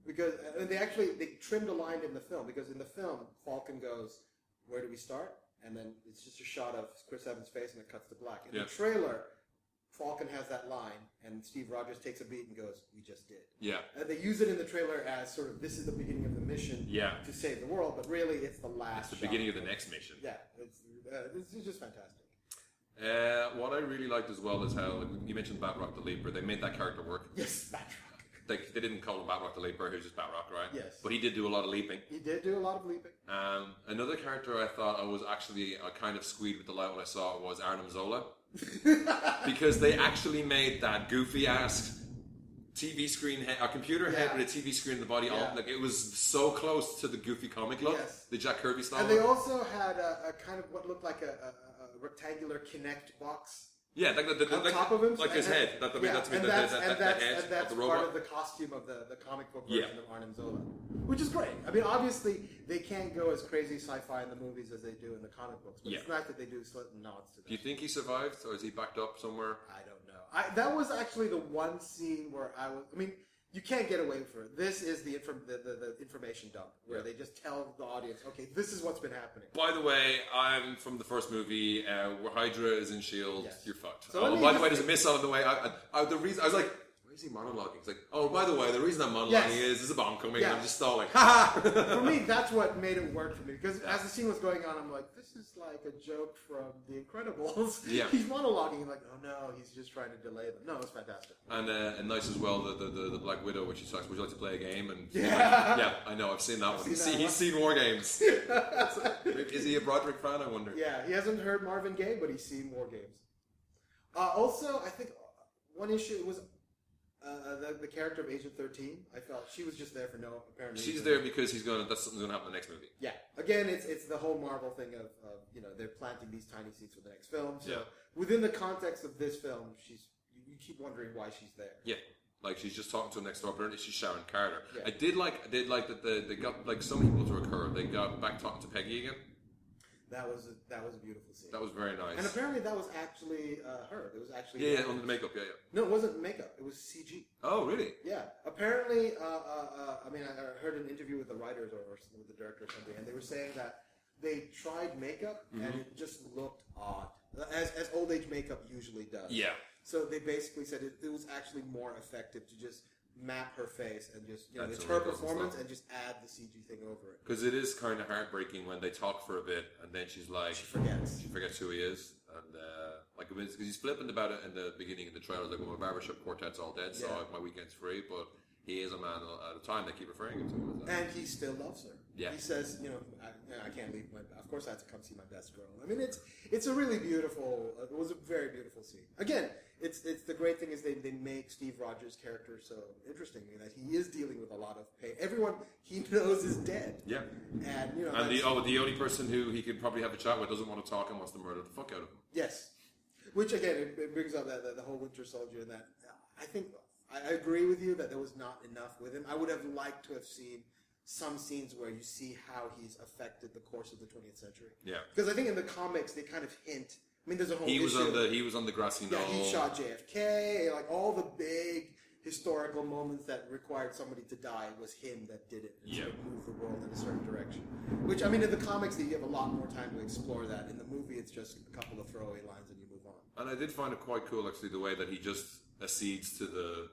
S2: because and they actually they trimmed a line in the film because in the film Falcon goes, "Where do we start?" and then it's just a shot of Chris Evans' face and it cuts to black. In
S1: Yeah.
S2: the trailer, Falcon has that line and Steve Rogers takes a beat and goes, "We just did."
S1: Yeah.
S2: Uh, they use it in the trailer as sort of this is the beginning of the mission
S1: Yeah.
S2: to save the world, but really it's the last.
S1: It's the
S2: shot.
S1: beginning of the next mission.
S2: Yeah, it's, uh, it's just fantastic.
S1: Uh, what I really liked as well is how like, you mentioned Batroc the Leaper. They made that character work. [laughs]
S2: Yes, Batroc.
S1: They, they didn't call him Batroc the Leaper. He was just Batroc, right?
S2: Yes.
S1: But he did do a lot of leaping.
S2: He did do a lot
S1: [laughs]
S2: of leaping.
S1: Um, another character I thought I was actually I kind of squeed with delight when I saw it was Arnim Zola because they actually made that goofy ass TV screen, head, a computer head
S2: Yeah.
S1: with a TV screen in the body.
S2: Yeah.
S1: All, like it was so close to the goofy comic look,
S2: Yes.
S1: the Jack Kirby style.
S2: And they
S1: look.
S2: also had a, a kind of what looked like a, a, a- a rectangular Kinect box
S1: yeah, like, the, the,
S2: on
S1: like,
S2: top of him,
S1: like
S2: and
S1: his
S2: that-
S1: head. That, I mean,
S2: yeah,
S1: that's, I mean,
S2: and
S1: the- the-
S2: that's,
S1: that,
S2: and
S1: that,
S2: that's,
S1: the head
S2: and that's
S1: of the
S2: part
S1: robot.
S2: of the costume of the, the comic book
S1: Yeah.
S2: version of Arnim Zola, which is great. I mean, obviously they can't go as crazy sci-fi in the movies as they do in the comic books, but
S1: Yeah.
S2: it's nice that they do certain nods to
S1: Do you
S2: that.
S1: think he survived, or is he backed up somewhere?
S2: I don't know. I, that was actually the one scene where I was. I mean, you can't get away from it. This is the, inform, the, the, the information dump where
S1: Yeah.
S2: they just tell the audience, okay, this is what's been happening.
S1: By the way, I'm from the first movie uh, where Hydra is in Shield.
S2: Yes.
S1: E You're fucked.
S2: So let
S1: oh,
S2: me
S1: by the
S2: just-
S1: way, there's a missile in the way. I, I, I, the reason I was like, why is he monologuing? It's like, oh, by the way, the reason I'm monologuing
S2: Yes.
S1: is there's a bomb coming.
S2: Yeah.
S1: and I'm just stalling. [laughs]
S2: for me, that's what made it work for me because as the scene was going on, I'm like, this is like a joke from The Incredibles.
S1: [laughs] Yeah.
S2: he's monologuing like, oh no, he's just trying to delay them. No, it's fantastic.
S1: And, uh, and nice as well, the, the, the, the Black Widow when she talks, would you like to play a game? And
S2: Yeah. [laughs]
S1: yeah, I know, I've seen that one.
S2: seen
S1: he's,
S2: that
S1: seen, he's seen war
S2: [laughs]
S1: games. is he a Broderick fan, I wonder?
S2: Yeah, he hasn't heard Marvin Gaye, but he's seen more games. Uh, also, I think one issue was uh, the, the character of Agent 13. I felt she was just there for no apparent reason.
S1: She's there because he's gonna. That's something's gonna happen in the next movie.
S2: Yeah. Again, it's it's the whole Marvel thing of, of you know they're planting these tiny seeds for the next film. So
S1: Yeah.
S2: within the context of this film, she's you, you keep wondering why she's there.
S1: Yeah, like she's just talking to her next door apparently She's Sharon Carter.
S2: Yeah.
S1: I did like. I did like that. The, they got like some people to recur. They got back talking to Peggy again.
S2: That was a, that was a beautiful scene.
S1: That was very nice.
S2: and apparently that was actually uh, her. It was actually
S1: yeah, yeah, under the makeup. Yeah, yeah.
S2: No, it wasn't makeup. It was CG.
S1: Oh, really?
S2: Yeah. Apparently, uh, uh, uh, I mean, I I heard an interview with the writers or, or something, with the director or something, and they were saying that they tried makeup and
S1: Mm-hmm.
S2: it just looked odd, uh, as, as old age makeup usually does.
S1: Yeah.
S2: So they basically said it, it was actually more effective to just map her face and just you know
S1: Add
S2: it's
S1: some
S2: her
S1: wrinkles and
S2: performance
S1: stuff.
S2: and just add the CG thing over it.
S1: Because it is kind of heartbreaking when they talk for a bit and then she's like,
S2: She forgets.
S1: she forgets who he is. And uh, like, because he's flippant about it in the beginning of the trailer, like, well, my barbershop quartet's all dead, so
S2: Yeah.
S1: my weekend's free. But he is a man at a time. They keep referring him to him as that.
S2: And he still loves her.
S1: Yeah.
S2: He says, you know, I, you know, I can't leave my. Of course, I have to come see my best girl. I mean, it's it's a really beautiful. It was a very beautiful scene. Again, it's it's the great thing is they, they make Steve Rogers' character so interesting in that he is dealing with a lot of pain. Everyone he [laughs] knows is dead.
S1: yeah.
S2: And you know,
S1: And
S2: that's-
S1: the oh, the only person who he could probably have a chat with doesn't want to talk and wants to murder the fuck out of him.
S2: Yes, which again it, it brings up that, that the whole Winter Soldier and that I think I I agree with you that there was not enough with him. I would have liked to have seen some scenes where you see how he's affected the course of the 20th century.
S1: Yeah.
S2: because I think in the comics they kind of hint. I mean, there's a whole
S1: He was
S2: issue-
S1: on the he was on the grassy knoll.
S2: yeah he shot JFK like all the big historical moments that required somebody to die it was him that did it and sort
S1: Yeah.
S2: of moved the world in a certain direction. Which I mean in the comics that you have a lot more time to explore that. In the movie it's just a couple of throwaway lines and you move on.
S1: And I did find it quite cool, actually, the way that he just accedes to the,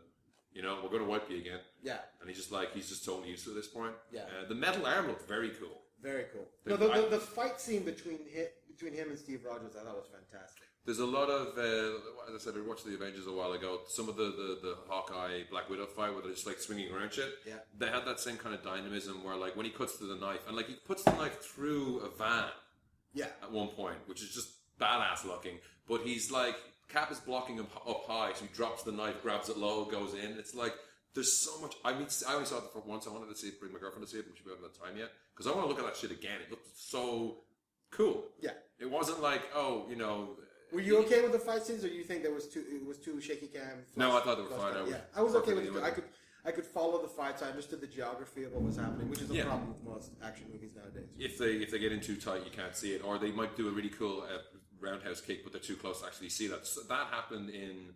S1: you know, we're going to wipe you again.
S2: Yeah,
S1: And he's just like, he's just totally used to this point.
S2: Yeah.
S1: Uh, the metal arm looked very cool.
S2: very cool.
S1: The-
S2: no, the,
S1: I-
S2: the, the fight scene between him, between him and Steve Rogers I thought was fantastic.
S1: There's a lot of, uh, as I said, we watched the Avengers a while ago. Some of the, the, the Hawkeye Black Widow fight where they're just like swinging around shit.
S2: Yeah.
S1: They had that same kind of dynamism where, like, when he cuts to the knife, and like he puts the knife through a van
S2: Yeah,
S1: at one point, which is just badass looking. But he's like, Cap is blocking him up high, so he drops the knife, grabs it low, goes in. It's like, there's so much. I mean, I only saw it for once. I wanted to see it, bring my girlfriend to see it, but she haven't had time yet. Because I want to look at that shit again. It looked so cool.
S2: yeah.
S1: It wasn't like, oh, you know.
S2: Were you okay with the fight scenes, or you think there was too it was too shaky cam?
S1: No,
S2: flash-
S1: I thought they were
S2: flash
S1: fine.
S2: cam?
S1: I was
S2: yeah, I was okay with
S1: perfectly
S2: it.
S1: with
S2: I
S1: it.
S2: could I could follow the fights. I understood the geography of what was happening, which is a
S1: Yeah.
S2: problem with most action movies nowadays.
S1: If they if they get in too tight, you can't see it, or they might do a really cool uh, roundhouse kick, but they're too close to actually see that. So that happened in,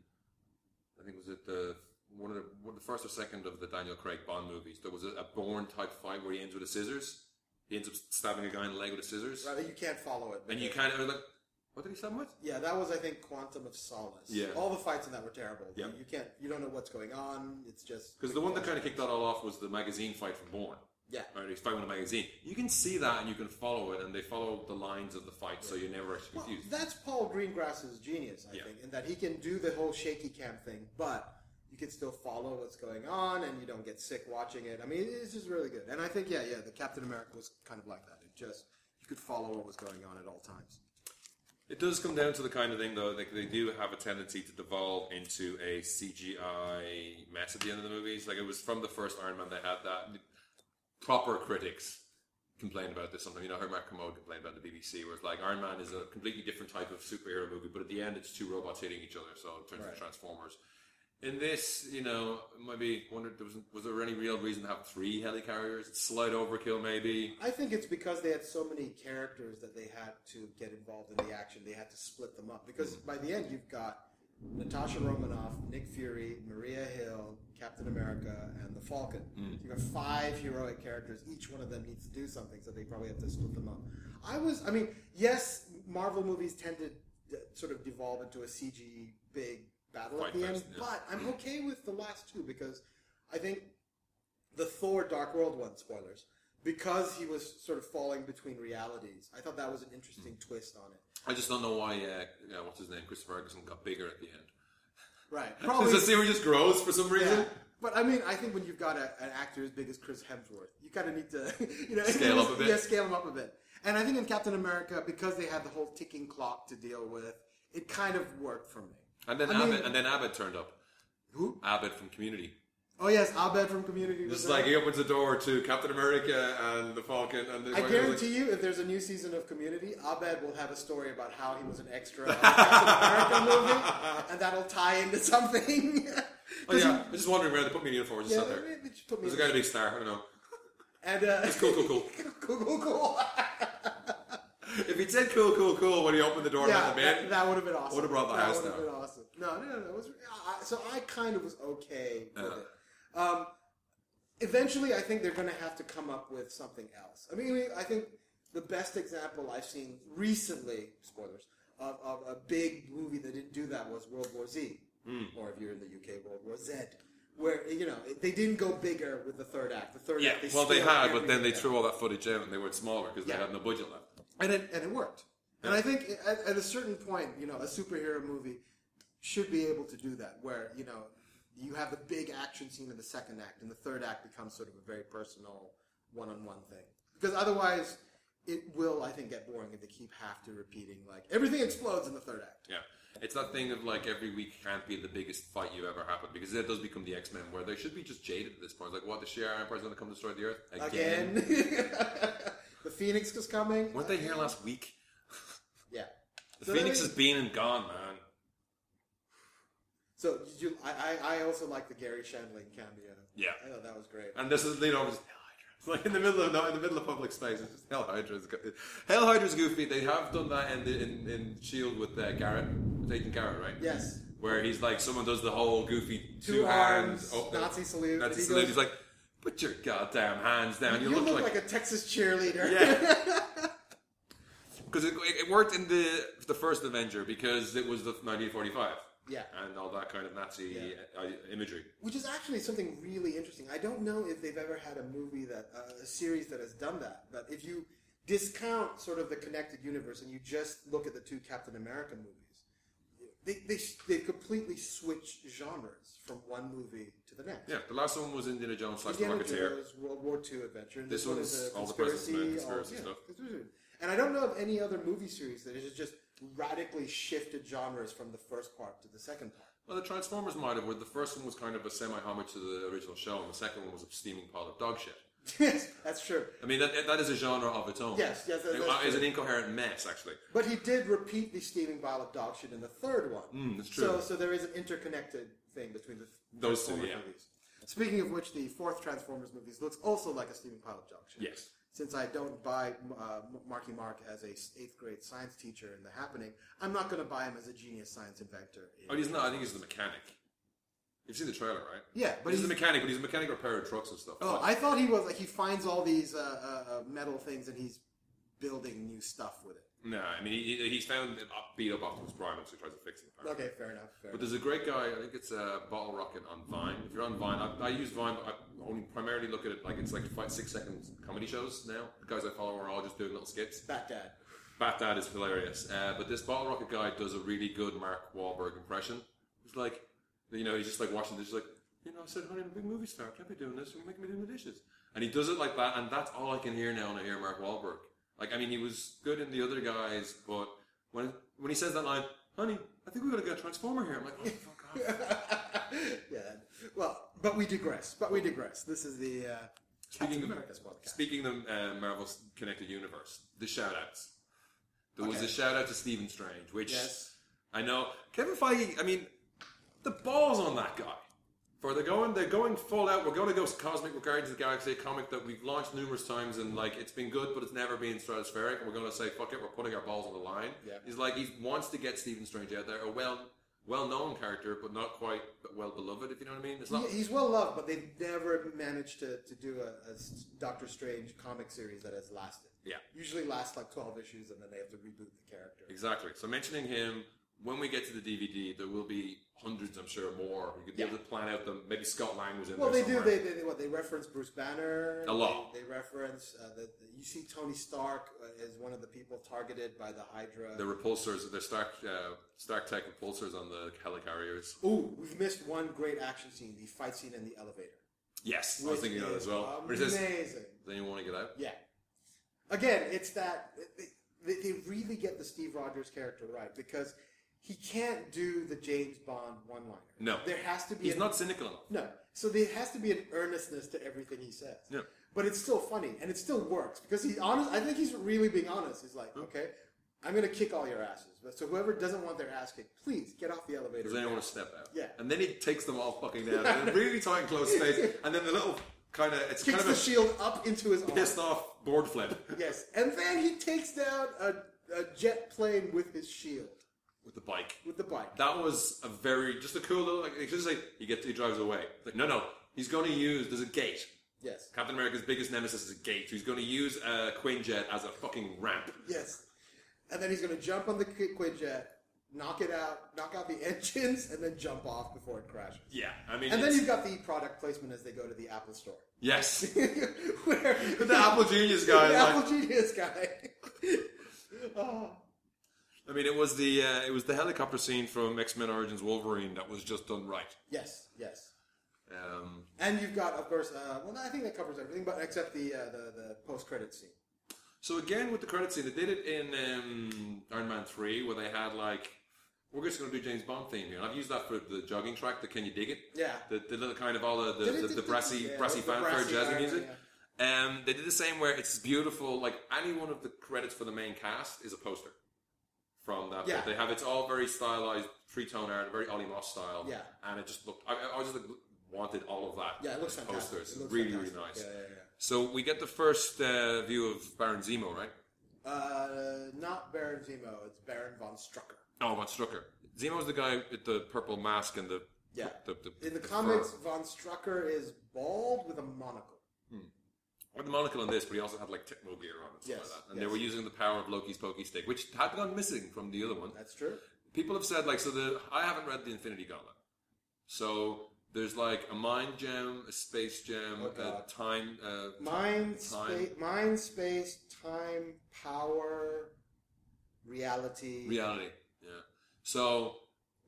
S1: I think was it the one of the, one of the first or second of the Daniel Craig Bond movies. There was a, a Bourne type fight where he ends with a scissors. He ends up stabbing a guy in the leg with a scissors,
S2: Right, you can't follow it.
S1: and you kind of like, what did he stab him with?
S2: Yeah, that was I think Quantum of Solace.
S1: Yeah.
S2: all the fights in that were terrible.
S1: Yeah.
S2: you, you can't. You don't know what's going on. It's just
S1: Because the one that kind of kicked that all off was the magazine fight from Bourne.
S2: yeah.
S1: Or he's fighting with a magazine. You can see that and you can follow it, and they follow the lines of the fight, so you're never actually
S2: Well,
S1: confused.
S2: that's Paul Greengrass's genius, I
S1: Yeah.
S2: think, in that he can do the whole shaky cam thing, but you can still follow what's going on, and you don't get sick watching it. I mean, it's just really good. And I think, yeah, yeah, the Captain America was kind of like that. It just you could follow what was going on at all times.
S1: It does come down to the kind of thing, though. Like they do have a tendency to devolve into a CGI mess at the end of the movies. Like it was from the first Iron Man, they had that. Proper critics complained about this sometimes. You know, I heard Mark Kermode complain about the BBC, where it's like Iron Man is a completely different type of superhero movie, but at the end, it's two robots hitting each other, so it turns
S2: Right.
S1: into Transformers. In this, you know, maybe wondered there was was there any real reason to have three helicarriers? It's slight overkill, maybe.
S2: I think it's because they had so many characters that they had to get involved in the action. They had to split them up because
S1: Mm.
S2: by the end you've got Natasha Romanoff, Nick Fury, Maria Hill, Captain America, and the Falcon.
S1: Mm.
S2: You've got five heroic characters. Each one of them needs to do something, so they probably have to split them up. I was, I mean, yes, Marvel movies tend to d- sort of devolve into a CG big battle
S1: Fight
S2: at the end,
S1: fest, yeah.
S2: but I'm okay with the last two because I think the Thor Dark World one, spoilers, because he was sort of falling between realities. I thought that was an interesting twist on it.
S1: I just don't know why. Uh, you know, what's his name? Chris Ferguson got bigger at the end. [laughs]
S2: Right.
S1: Does the series just grows for some reason?
S2: yeah. But I mean, I think when you've got a, an actor as big as Chris Hemsworth, you kind of need to, [laughs] you know,
S1: Scale up a bit.
S2: [laughs] Yeah, scale him up a bit. And I think in Captain America, because they had the whole ticking clock to deal with, it kind of worked for me.
S1: And then
S2: I
S1: Abbott,
S2: mean-
S1: and then Abbott turned up.
S2: Who?
S1: Abbott from Community.
S2: Oh yes, Abed from Community. was
S1: Just
S2: there.
S1: like he opens the door to Captain America and the Falcon, and the
S2: I guarantee you, if there's a new season of Community, Abed will have a story about how he was an
S1: [laughs]
S2: extra on the Captain America movie, and that'll tie into something. [laughs]
S1: Oh yeah, I'm just wondering where they put me in uniform. Just
S2: Yeah,
S1: sat there.
S2: it- it just put me
S1: There's a guy
S2: in-
S1: with a big star. I don't know.
S2: And uh,
S1: Cool, cool, cool.
S2: [laughs] cool, cool, cool.
S1: if he'd said cool, cool, cool when he opened the door and
S2: yeah,
S1: let them in,
S2: that, that would have been awesome.
S1: Would've brought the
S2: that
S1: house
S2: would have
S1: down.
S2: been awesome. No, no, no. no it was, I, so I kind of was okay with
S1: Yeah.
S2: it. Um, eventually, I think they're going to have to come up with something else. I mean, I think the best example I've seen recently, spoilers, of, of a big movie that didn't do that was World War Z,
S1: Hmm.
S2: or if you're in the UK, World War Z. Where you know they didn't go bigger with the third act. The third
S1: yeah.
S2: act, they
S1: well, they
S2: scaled
S1: had, but then
S2: everything
S1: they
S2: down
S1: threw all that footage out and they went smaller because
S2: Yeah.
S1: they had no budget left.
S2: and it and it worked. And I think at, at a certain point, you know, a superhero movie should be able to do that, where you know you have the big action scene in the second act, and the third act becomes sort of a very personal one-on-one thing. Because otherwise, it will, I think, get boring if they keep half to repeating like everything explodes in the third act.
S1: Yeah. It's that thing of like every week can't be the biggest fight you ever happened because that does become the X Men where they should be just jaded at this point. Like, what the Shi'ar Empire's going to come destroy the Earth
S2: Again, [laughs] the Phoenix is coming.
S1: Weren't they here last week?
S2: Yeah.
S1: The
S2: So
S1: Phoenix
S2: they-
S1: has been and gone, man.
S2: So did you, I, I, I also like the Gary Shandling cameo.
S1: Yeah.
S2: I thought that was great.
S1: And this is you know, just Hell Hydra. It's like in the middle of no, in the middle of public space. It's just Hell Hydra's go- Hell Hydra's goofy. They have done that in the, in, in Shield with uh, Garrett, with Agent Garrett, right?
S2: Yes.
S1: Where he's like, someone does the whole goofy
S2: Two
S1: two, hands oh,
S2: arms, Nazi salute, and
S1: Nazi
S2: he
S1: salute.
S2: goes-
S1: he's like, put your goddamn hands down. You,
S2: You, look, like, a Texas cheerleader. [laughs]
S1: Yeah. Because it, it worked in the the first Avenger because it was the 1945.
S2: Yeah.
S1: And all that kind of Nazi
S2: Yeah.
S1: uh, imagery.
S2: Which is actually something really interesting. I don't know if they've ever had a movie that, uh, a series that has done that. But if you discount sort of the connected universe and you just look at the two Captain America movies, they, they, they completely switch genres from one movie to the next.
S1: Yeah, the last one was Indiana Jones slash the
S2: Indiana
S1: Rocketeer.
S2: Jones World War II adventure. And
S1: This
S2: this, one
S1: one's
S2: is a
S1: all the President's
S2: conspiracy,
S1: Men,
S2: all-
S1: conspiracy
S2: yeah,
S1: stuff.
S2: conspiracy. And I don't know of any other movie series that has just radically shifted genres from the first part to the second part. [laughs]
S1: Well, the Transformers might have, where the first one was kind of a semi homage to the original show, and the second one was a steaming pile of dog shit.
S2: yes, that's true.
S1: I mean, that, that is a genre of its own.
S2: Yes, yes, that-
S1: It-
S2: that's
S1: It's
S2: true.
S1: an incoherent mess, actually.
S2: But he did repeat the steaming pile of dog shit in the third one.
S1: Mm, that's
S2: So,
S1: true.
S2: so there is an interconnected thing between the
S1: Those two,
S2: Transformers
S1: yeah.
S2: movies. Speaking of which, the fourth Transformers movies looks also like a steaming pile of dog shit.
S1: Yes.
S2: Since I don't buy uh, Marky Mark as a s- eighth grade science teacher in The Happening, I'm not going to buy him as a genius science inventor. in-
S1: Oh, he's not. I think he's the mechanic. You've seen the trailer, right?
S2: Yeah, but
S1: But he's,
S2: he's-
S1: the mechanic, but he's a mechanic repairing trucks and stuff.
S2: Oh, I thought he was like he finds all these uh, uh, uh, metal things and he's building new stuff with it.
S1: No, I mean he, he- he's found an up- beat up Optimus Prime, so he tries to fix it. apparently.
S2: Okay, fair enough. Fair
S1: But
S2: enough.
S1: there's a great guy. I think it's a bottle rocket on Vine. If you're on Vine, I, I use Vine, but I only primarily look at it like it's like five, six second comedy shows now. The guys I follow are all just doing little skits.
S2: Bat Dad.
S1: Bat Dad is hilarious. Uh, but this bottle rocket guy does a really good Mark Wahlberg impression. He's like, you know, he's just like watching this, he's like, you know, I said, honey, I'm a big movie star. I can't be doing this. You're making me do the dishes. And he does it like that, and that's all I can hear now when I hear Mark Wahlberg. Like, I mean, he was good in the other guys, but when when he says that line, honey, I think we gotta get a transformer here. I'm like, oh, fuck off.
S2: [laughs] yeah. Well, but we digress. But we digress. This is the uh, Captain
S1: Speaking of-
S2: America's podcast.
S1: Speaking of uh, Marvel's connected universe, the shout outs. There was
S2: Okay.
S1: a shout out to Stephen Strange, which
S2: Yes.
S1: I know Kevin Feige. I mean, the balls on that guy. For they're going, they're going full out. We're going to go cosmic with Guardians of the Galaxy, a comic that we've launched numerous times, and like it's been good, but it's never been stratospheric. And we're going to say, fuck it, we're putting our balls on the line.
S2: Yeah.
S1: He's like he wants to get Stephen Strange out there, a well, well-known character, but not quite well beloved. If you know what I mean, it's not.
S2: He- he's well loved, but they've never managed to, to do a, a s- Doctor Strange comic series that has lasted.
S1: Yeah.
S2: Usually lasts like 12 issues and then they have to reboot the character.
S1: Exactly. So mentioning him when we get to the DVD, there will be hundreds, I'm sure, more. We could be
S2: Yeah.
S1: able to plan out them. Maybe Scott Lang was in
S2: Well,
S1: there
S2: they do.
S1: somewhere.
S2: They, they, they- what they reference Bruce Banner
S1: A lot.
S2: They, they reference uh, the, the- You see, Tony Stark uh, is one of the people targeted by the Hydra.
S1: The repulsors, the Stark, uh, Stark Tech repulsors on the helicarriers.
S2: Ooh, we've missed one great action scene: the fight scene in the elevator.
S1: Yes, I was
S2: which
S1: thinking of that
S2: is
S1: as well. Where it says,
S2: Amazing.
S1: Does anyone want to get out?
S2: Yeah. Again, it's that they, they really get the Steve Rogers character right because he can't do the James Bond one-liner.
S1: No.
S2: there has to be.
S1: He's
S2: an-
S1: not cynical enough.
S2: No, so there has to be an earnestness to everything he says.
S1: Yeah.
S2: But it's still funny and it still works because he's honest. I think he's really being honest. He's like, okay, I'm going to kick all your asses, but so whoever doesn't want their ass kicked, please get off the elevator.
S1: Does anyone want to step out?
S2: Yeah.
S1: And then he takes them all fucking down in a really tight and close
S2: [laughs]
S1: space. And then the little kind of it's
S2: Kicks
S1: kind of
S2: the
S1: a
S2: shield up into his arm.
S1: pissed off board
S2: [laughs]
S1: flip
S2: Yes, and then he takes down a, a jet plane with his shield,
S1: with the bike.
S2: with the bike.
S1: That was a very just a cool little. Like, it's just like he gets he drives away. It's Like no no, he's going to use there's a gate.
S2: Yes,
S1: Captain America's biggest nemesis is a gate. So he's going to use a Quinjet as a fucking ramp.
S2: yes. And then he's going to jump on the Qu- Quinjet, knock it out, knock out the [laughs] engines, and then jump off before it crashes.
S1: Yeah, I mean,
S2: And then
S1: it's-
S2: you've got the product placement as they go to the Apple store. [laughs]
S1: yes,
S2: Where
S1: [laughs] the Apple [laughs] Genius guy.
S2: [laughs] the
S1: like-
S2: Apple Genius guy. [laughs] oh,
S1: I mean, it was the uh, it was the helicopter scene from X Men Origins Wolverine that was just done right.
S2: yes, yes.
S1: Um,
S2: And you've got, of course, uh, well, I think that covers everything, but except the uh, the, the post credit scene.
S1: so again, with the credit scene, they did it in um, Iron Man Three, where they had like, we're just going to do James Bond theme here. And I've used that for the jogging track, the Can You Dig It?
S2: Yeah.
S1: the, the little kind of all the the,
S2: Did
S1: the,
S2: it-
S1: the
S2: did-
S1: brassy
S2: yeah,
S1: brassy
S2: the brassy
S1: fanfare jazzy
S2: Iron Man,
S1: music. Um, they did the same where it's beautiful. Like any one of the credits for the main cast is a poster from that.
S2: Yeah.
S1: They have it's all very stylized, three tone art, very Ollie Moss style.
S2: Yeah.
S1: and it just looked. I, I- I just like, wanted all of that.
S2: Yeah, it looks
S1: in
S2: fantastic.
S1: Posters,
S2: It looks
S1: really really
S2: fantastic.
S1: nice.
S2: Yeah, yeah, yeah.
S1: So we get the first uh, view of Baron Zemo, right?
S2: Uh, not Baron Zemo. It's Baron von Strucker.
S1: Oh, von Strucker. Zemo's the guy with the purple mask and the
S2: Yeah.
S1: the, the,
S2: In the
S1: fur.
S2: comics, von Strucker is bald with a monocle.
S1: with the monocle on this, but he also had like Tecmo gear on and stuff
S2: Yes,
S1: like that. And they
S2: yes.
S1: were using the power of Loki's pokey stick, which had gone missing from the other one.
S2: That's true.
S1: People have said like, so the I haven't read the Infinity Gauntlet, so there's like a mind gem, a space gem, a
S2: Oh, God.
S1: time. Uh,
S2: Mind,
S1: Time.
S2: space, mind, space, time, power, reality.
S1: Reality, yeah. So,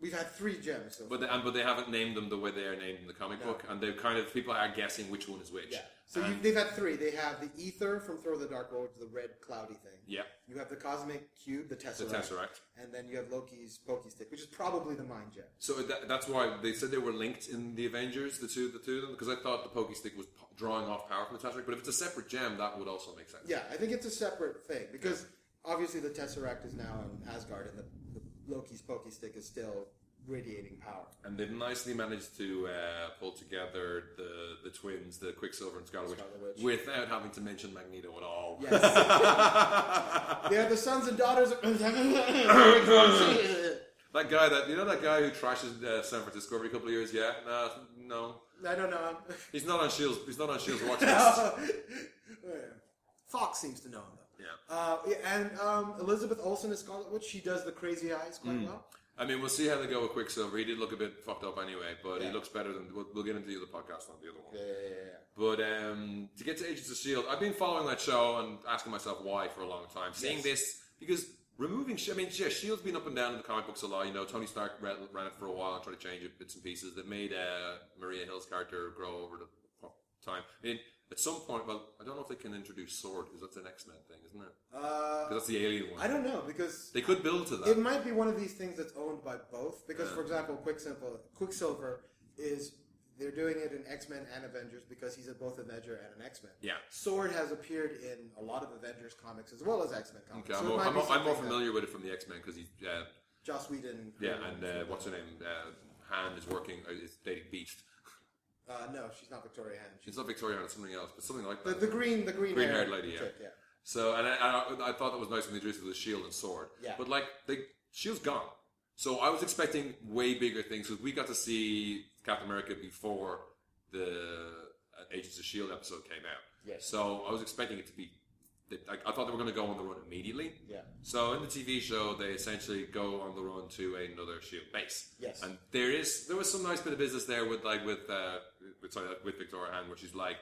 S2: We've had three gems. So
S1: but they, and, but they haven't named them the way they are named in the comic
S2: No.
S1: book, and they've kind of people are guessing which one is which.
S2: yeah. So you,
S1: And-
S2: they've had three. They have the ether from Throw the Dark World, the red cloudy thing.
S1: yeah,
S2: You have the cosmic cube, the
S1: the
S2: tesseract,
S1: Tesseract.
S2: and then you have Loki's pokey stick, which is probably the mind gem.
S1: So that, that's why they said they were linked in the Avengers, the two, the two of them, because I thought the Pokey Stick was po- drawing off power from the Tesseract. But if it's a separate gem, that would also make sense.
S2: Yeah, I think it's a separate thing because obviously the Tesseract is now in Asgard, and the, the Loki's Pokey Stick is still radiating power.
S1: And they've nicely managed to uh, pull together the the twins, the Quicksilver and Scarlet,
S2: Scarlet Witch.
S1: Witch, without having to mention Magneto at all.
S2: Yes, they are the sons and daughters. [laughs] Of I
S1: [laughs] that guy, that you know, that guy who trashes uh, San Francisco every couple of years. Yeah, nah, no,
S2: don't know.
S1: he's not on Shields. He's not on Shields' watch list.
S2: [laughs] Fox seems to know him though.
S1: Yeah.
S2: Uh, yeah, and um, Elizabeth Olsen is Scarlet Witch. She does the crazy eyes quite
S1: Mm.
S2: well.
S1: I mean, we'll see how they go with Quicksilver. He did look a bit fucked up anyway, but
S2: Yeah.
S1: he looks better than. We'll, we'll get into the other podcast on the other one.
S2: Yeah, yeah, yeah, yeah.
S1: But um, to get to Agents of Shield, I've been following that show and asking myself why for a long time. Seeing
S2: Yes.
S1: this because removing, Sh- I mean, yeah, Shield's been up and down in the comic books a lot. You know, Tony Stark ran, ran it for a while and tried to change it bits and pieces that made uh, Maria Hill's character grow over the time. I mean, At some point, well, I don't know if they can introduce sword because that's an X Men thing, isn't it?
S2: Uh,
S1: Because that's the alien one.
S2: I don't know because
S1: They could build to that.
S2: it might be one of these things that's owned by both. Because,
S1: Yeah.
S2: for example, Quicksilver, Quicksilver is they're doing it in X Men and Avengers because he's a both Avenger and an X Men.
S1: yeah.
S2: Sword has appeared in a lot of Avengers comics as well as X Men comics.
S1: Okay, I'm,
S2: So it
S1: more,
S2: might
S1: I'm,
S2: be
S1: more, I'm more
S2: something that
S1: familiar with it from the X Men because he's uh,
S2: Joss Whedon.
S1: yeah,
S2: created
S1: and
S2: it.
S1: uh, what's her name? Uh, Han is working. Uh, is dating Beast.
S2: Uh, no, she's not Victoria Hand.
S1: She's not Victorian, it's something else, but something like
S2: The,
S1: that.
S2: the green, the green,
S1: Green-haired
S2: haired
S1: lady, yeah.
S2: chick, yeah.
S1: So, and I, I, I thought that was nice when they introduced it with the shield and sword.
S2: Yeah.
S1: But like, they, shield's gone. So I was expecting way bigger things because we got to see Captain America before the uh, Agents of Shield episode came out.
S2: Yes.
S1: So I was expecting it to be. that- I, I thought they were going to go on the run immediately.
S2: Yeah.
S1: So in the TV show, they essentially go on the run to another Shield base.
S2: Yes.
S1: And there is there was some nice bit of business there with like with uh, with sorry with Victoria Hand, where she's like,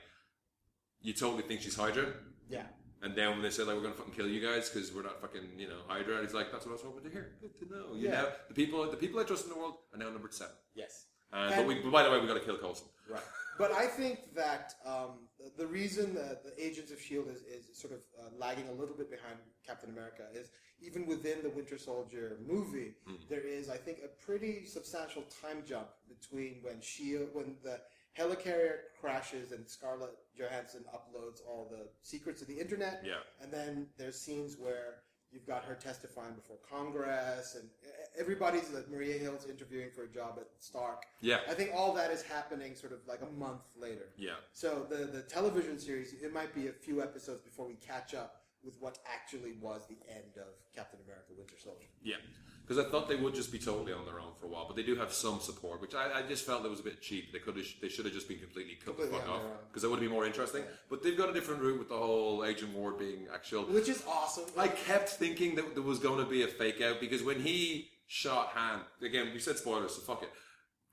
S1: you totally think she's Hydra,
S2: Yeah.
S1: and then when they said like we're gonna fucking kill you guys because we're not fucking you know Hydra, and he's like that's what I was hoping to hear. Good to know. You
S2: Yeah.
S1: know the people the people I trust in the world are now numbered seven.
S2: Yes.
S1: And, but
S2: And-
S1: we but by the way we gotta kill Coulson.
S2: Right. But I think that um, the- the reason that the Agents of Shield E is, is sort of uh, lagging a little bit behind Captain America is even within the Winter Soldier movie,
S1: Hmm.
S2: there is I think a pretty substantial time jump between when Shield E when the helicarrier crashes and Scarlett Johansson uploads all the secrets of the internet.
S1: Yeah.
S2: And then there's scenes where you've got her testifying before Congress, and e, everybody's like Maria Hill's interviewing for a job at Stark.
S1: Yeah.
S2: I think all that is happening sort of like a month later.
S1: Yeah.
S2: So the the television series, it might be a few episodes before we catch up with what actually was the end of Captain America: Winter Soldier.
S1: Yeah, because I thought they would just be totally on their own for a while, but they do have some support, which I, I just felt it was a bit cheap. They could have, they should have just been completely cut the
S2: Completely
S1: fuck
S2: on
S1: off
S2: their own.
S1: because that would have been more interesting. But they've got a different route with the whole Agent Ward being actual.
S2: Which is awesome.
S1: I kept thinking that there was going to be a fake out because when he shot Han again, we said spoilers, so fuck it.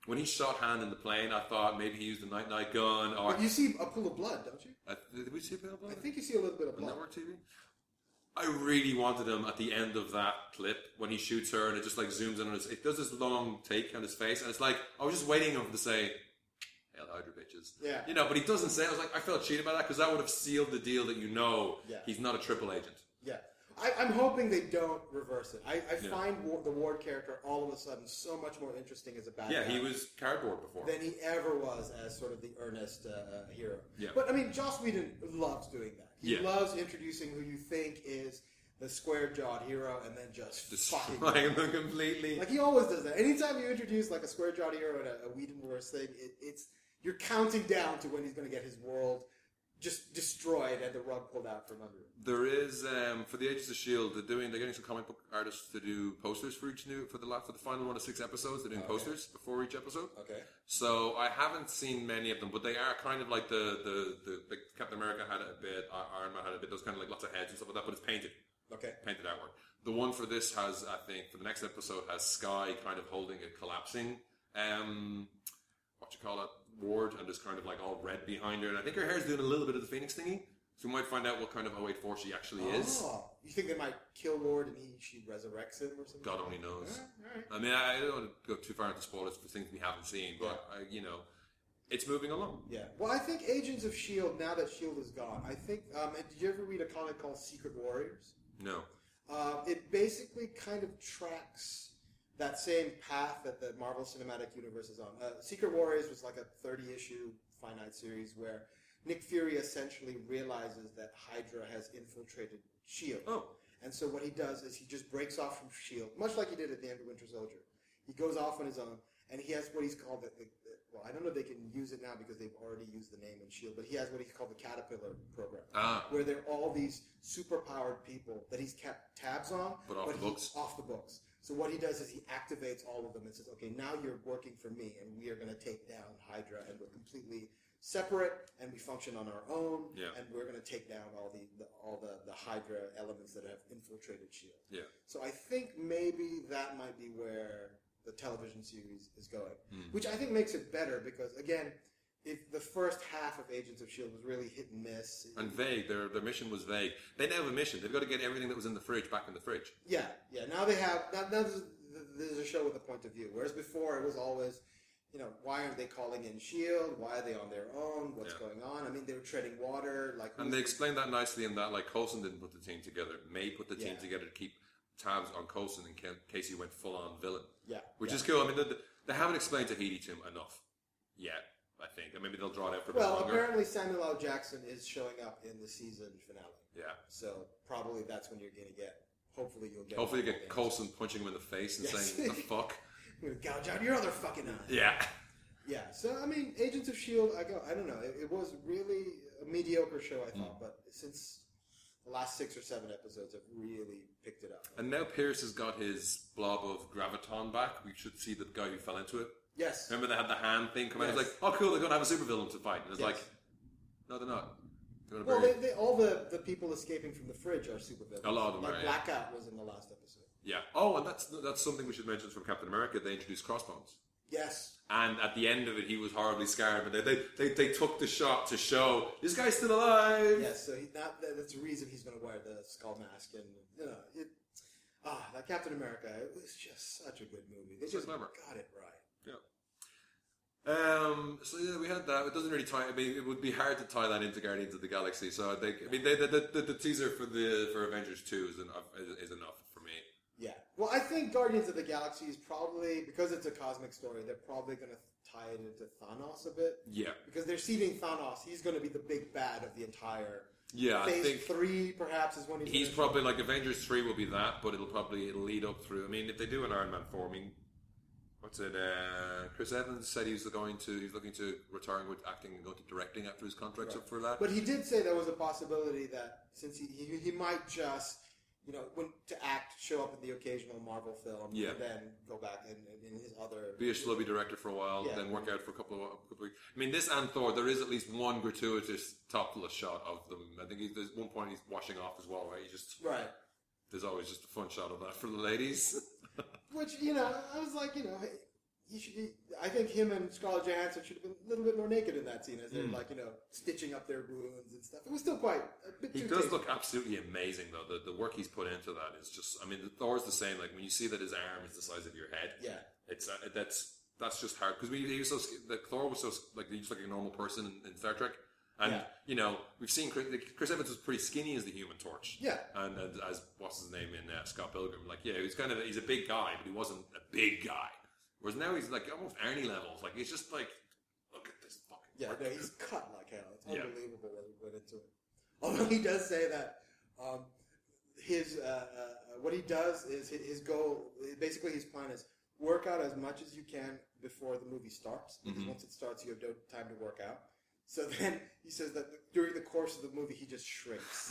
S1: When he shot Han in the plane, I thought maybe he used a night night gun or
S2: But you see a pool of blood, don't you?
S1: uh, did we see a
S2: I think you see a little bit of blood.
S1: network TV. I really wanted him at the end of that clip when he shoots her and it just like zooms in on his. It does this long take on his face and it's like I was just waiting for him to say, "Hell, Hydra bitches."
S2: Yeah.
S1: You know, but he doesn't say. it. I was like, I felt cheated by that because that would have sealed the deal that you know
S2: Yeah.
S1: he's not a triple agent.
S2: Yeah. I, I'm hoping they don't reverse it. I, I
S1: Yeah.
S2: find War, the Ward character all of a sudden so much more interesting as a bad
S1: Yeah,
S2: guy
S1: he was cardboard before. [laughs]
S2: than he ever was as sort of the earnest uh, uh, hero.
S1: Yeah.
S2: But I mean, Joss Whedon loves doing that. He
S1: Yeah.
S2: loves introducing who you think is the square jawed hero and then
S1: [laughs]
S2: just [laughs] fucking.
S1: Destroying them completely.
S2: Like he always does that. Anytime you introduce like a square jawed hero and a, a Whedonverse thing, it, it's you're counting down to when he's going to get his world just destroyed and the rug pulled out from under him.
S1: There is um, for the Agents of Shield. They're doing. They're getting some comic book artists to do posters for each new for the la- for the final one of six episodes. They're doing
S2: Okay.
S1: posters before each episode.
S2: Okay.
S1: So I haven't seen many of them, but they are kind of like the the, the like Captain America had it a bit, I- Iron Man had it a bit. Those kind of like lots of heads and stuff like that, but it's painted,
S2: Okay.
S1: painted artwork. The one for this has, I think, for the next episode has Sky kind of holding a collapsing, um, what you call it, ward, and is kind of like all red behind her, and I think her hair's doing a little bit of the Phoenix thingy. So we might find out what kind of 084 she actually is.
S2: Oh, you think they might kill Lord and he she resurrects him or something?
S1: God only knows.
S2: All right.
S1: I mean, I I don't want to go too far into spoilers for things we haven't seen, but I, you know, it's moving along.
S2: Yeah. Well, I think Agents of Shield. Now that Shield is gone, I think. Um, and did you ever read a comic called Secret Warriors?
S1: No.
S2: Uh, it basically kind of tracks that same path that the Marvel Cinematic Universe is on. Uh, Secret Warriors was like a thirty-issue finite series where Nick Fury essentially realizes that Hydra has infiltrated Shield.
S1: Oh.
S2: And so what he does is he just breaks off from Shield, E much like he did at the end of Winter Soldier. He goes off on his own, and he has what he's called the, the, the- well, I don't know if they can use it now because they've already used the name in Shield, E but he has what he called the Caterpillar program,
S1: Ah.
S2: where there are all these superpowered people that he's kept tabs on,
S1: But off the
S2: he-
S1: books.
S2: off the books. So what he does is he activates all of them and says, "Okay, now you're working for me, and we are going to take down Hydra, and we're completely separate, and we function on our own,
S1: Yeah.
S2: and we're going to take down all the, the all the, the Hydra elements that have infiltrated Shield."
S1: Yeah.
S2: E So I think maybe that might be where the television series is going,
S1: Hmm.
S2: which I think makes it better because again, if the first half of Agents of Shield E was really hit and miss,
S1: And vague. Their their mission was vague. They didn't have a mission. They've got to get everything that was in the fridge back in the fridge.
S2: Yeah, yeah. Now they have now, now there's, there's a show with a point of view, whereas before it was always you know, why aren't they calling in Shield? E Why are they on their own? What's
S1: Yeah.
S2: going on? I mean, they were treading water. Like,
S1: And
S2: who's-
S1: they explained that nicely in that like Colson didn't put the team together. May put the team
S2: Yeah.
S1: together to keep tabs on Colson in ca- case he went full on villain,
S2: yeah,
S1: which
S2: yeah.
S1: is cool. I mean, they, they haven't explained Tahiti to him enough yet. I think, and maybe they'll draw it out for a bit
S2: well,
S1: longer.
S2: apparently Samuel L. Jackson is showing up in the season finale,
S1: yeah.
S2: so probably that's when you're going to get. Hopefully, you'll get.
S1: Hopefully, you
S2: all
S1: get
S2: the
S1: Colson punching him in the face and
S2: Yes.
S1: saying "the
S2: [laughs]
S1: fuck."
S2: answers. I'm going to gouge out your other fucking eye.
S1: Yeah.
S2: Yeah, so I mean, Agents of Shield. I go. I don't know. It, it was really a mediocre show, I
S1: Mm.
S2: thought, but since the last six or seven episodes, I've really picked it up.
S1: And now Pierce has got his blob of graviton back. We should see the guy who fell into it.
S2: yes,
S1: Remember they had the hand thing come out. It's like,
S2: Yes.
S1: oh cool, they're gonna have a supervillain to fight. And it's
S2: Yes.
S1: like, no, they're not. They're gonna
S2: Well,
S1: bury
S2: they, they, all the, the people escaping from the fridge are super villains.
S1: A lot of them
S2: Like
S1: are, yeah.
S2: Blackout was in the last episode.
S1: Yeah. Oh, and that's that's something we should mention from Captain America. They introduced crossbones,
S2: Yes.
S1: and at the end of it, he was horribly scarred. But they they, they, they took the shot to show this guy's still alive.
S2: Yes. So he, that, that- that's the reason he's going to wear the skull mask, and you know, it, ah, that Captain America. It was just such a good movie. They
S1: So
S2: just
S1: clever.
S2: got it right.
S1: Um. So yeah, we had that. It doesn't really tie. I mean, it would be hard to tie that into Guardians of the Galaxy. So I think. I mean, they, the, the the- the teaser for the for Avengers Two is enough. Is, is enough for me.
S2: Yeah. Well, I think Guardians of the Galaxy is probably because it's a cosmic story. They're probably going to tie it into Thanos a bit
S1: Yeah.
S2: because they're seeding Thanos. He's going to be the big bad of the entire.
S1: Yeah. I
S2: Phase
S1: think
S2: three, perhaps, is when he's.
S1: He's
S2: gonna-
S1: probably like Avengers three will be that, but it'll probably it'll lead up through. I mean, if they do an Iron Man four, I mean, what's it? Uh, Chris Evans said he was going to he's looking to retiring with acting and go to directing after his contract's
S2: Right.
S1: up for that.
S2: But he did say there was a possibility that since he, he, he might just, you know, when to act, show up in the occasional Marvel film,
S1: Yeah.
S2: and then go back in, in, in his other.
S1: be a schlubby director for a while,
S2: Yeah.
S1: then work out for a couple of a couple of weeks. I mean, this and Thor, there is at least one gratuitous topless shot of them. I think he, there's one point he's washing off as well, right? He just
S2: Right.
S1: there's always just a fun shot of that for the ladies. [laughs]
S2: Which, you know, I was like, you know, he should be, I think him and Scarlett Johansson should have been a little bit more naked in that scene as they're,
S1: Hmm.
S2: like, you know, stitching up their wounds and stuff. It was still quite a bit
S1: He
S2: too
S1: does
S2: tasty.
S1: look absolutely amazing, though. The, the work he's put into that is just. I mean, Thor's the same. Like when you see that his arm is the size of your head,
S2: Yeah.
S1: it's uh, that's that's just hard because he was so sc- like Thor was so sc- like he was like a normal person in, in Star Trek, and
S2: Yeah.
S1: you know we've seen Chris, like, Chris Evans was pretty skinny as the Human Torch,
S2: Yeah.
S1: and, and as what's his name in uh, Scott Pilgrim, like yeah, he's kind of he's a big guy, but he wasn't a big guy. Whereas now he's like almost Ernie levels, like he's just like look at this fucking
S2: Yeah,
S1: work.
S2: no,
S1: [laughs]
S2: he's cut like hell. It's
S1: Yeah.
S2: unbelievable what he went into it. Although he does say that um, his uh, uh, what he does is his, his goal, basically his plan is work out as much as you can before the movie starts. Because once it starts, you have no time to work out. So [laughs] then he says that during the course of the movie, he just shrinks.
S1: [laughs]
S2: [laughs]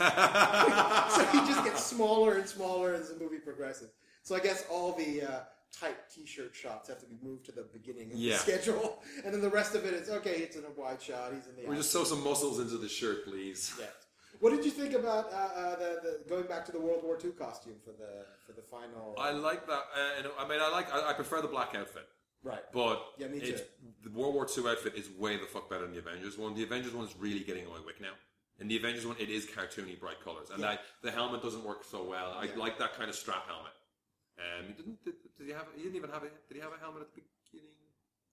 S2: so he just gets smaller and smaller as the movie progresses. So I guess all the uh, tight T-shirt shots have to be moved to the beginning of
S1: Yeah.
S2: the schedule, [laughs] and then the rest of it is okay. It's in a wide shot. He's in the.
S1: we just sew some muscles into the shirt, please.
S2: [laughs] Yeah. What did you think about uh, uh, the, the going back to the World War II costume for the for the final?
S1: I like that. Uh, and I mean, I like. I, I prefer the black outfit,
S2: right.
S1: but
S2: Yeah, me
S1: it's- the World War II outfit is way the fuck better than the Avengers one. The Avengers one is really getting away with now. In the Avengers one, it is cartoony, bright colors, and
S2: Yeah.
S1: I, the helmet doesn't work so well. I
S2: Yeah.
S1: like that kind of strap helmet. Um, he didn't did, did he have? He didn't even have a. Did he have a helmet at the beginning? Uh,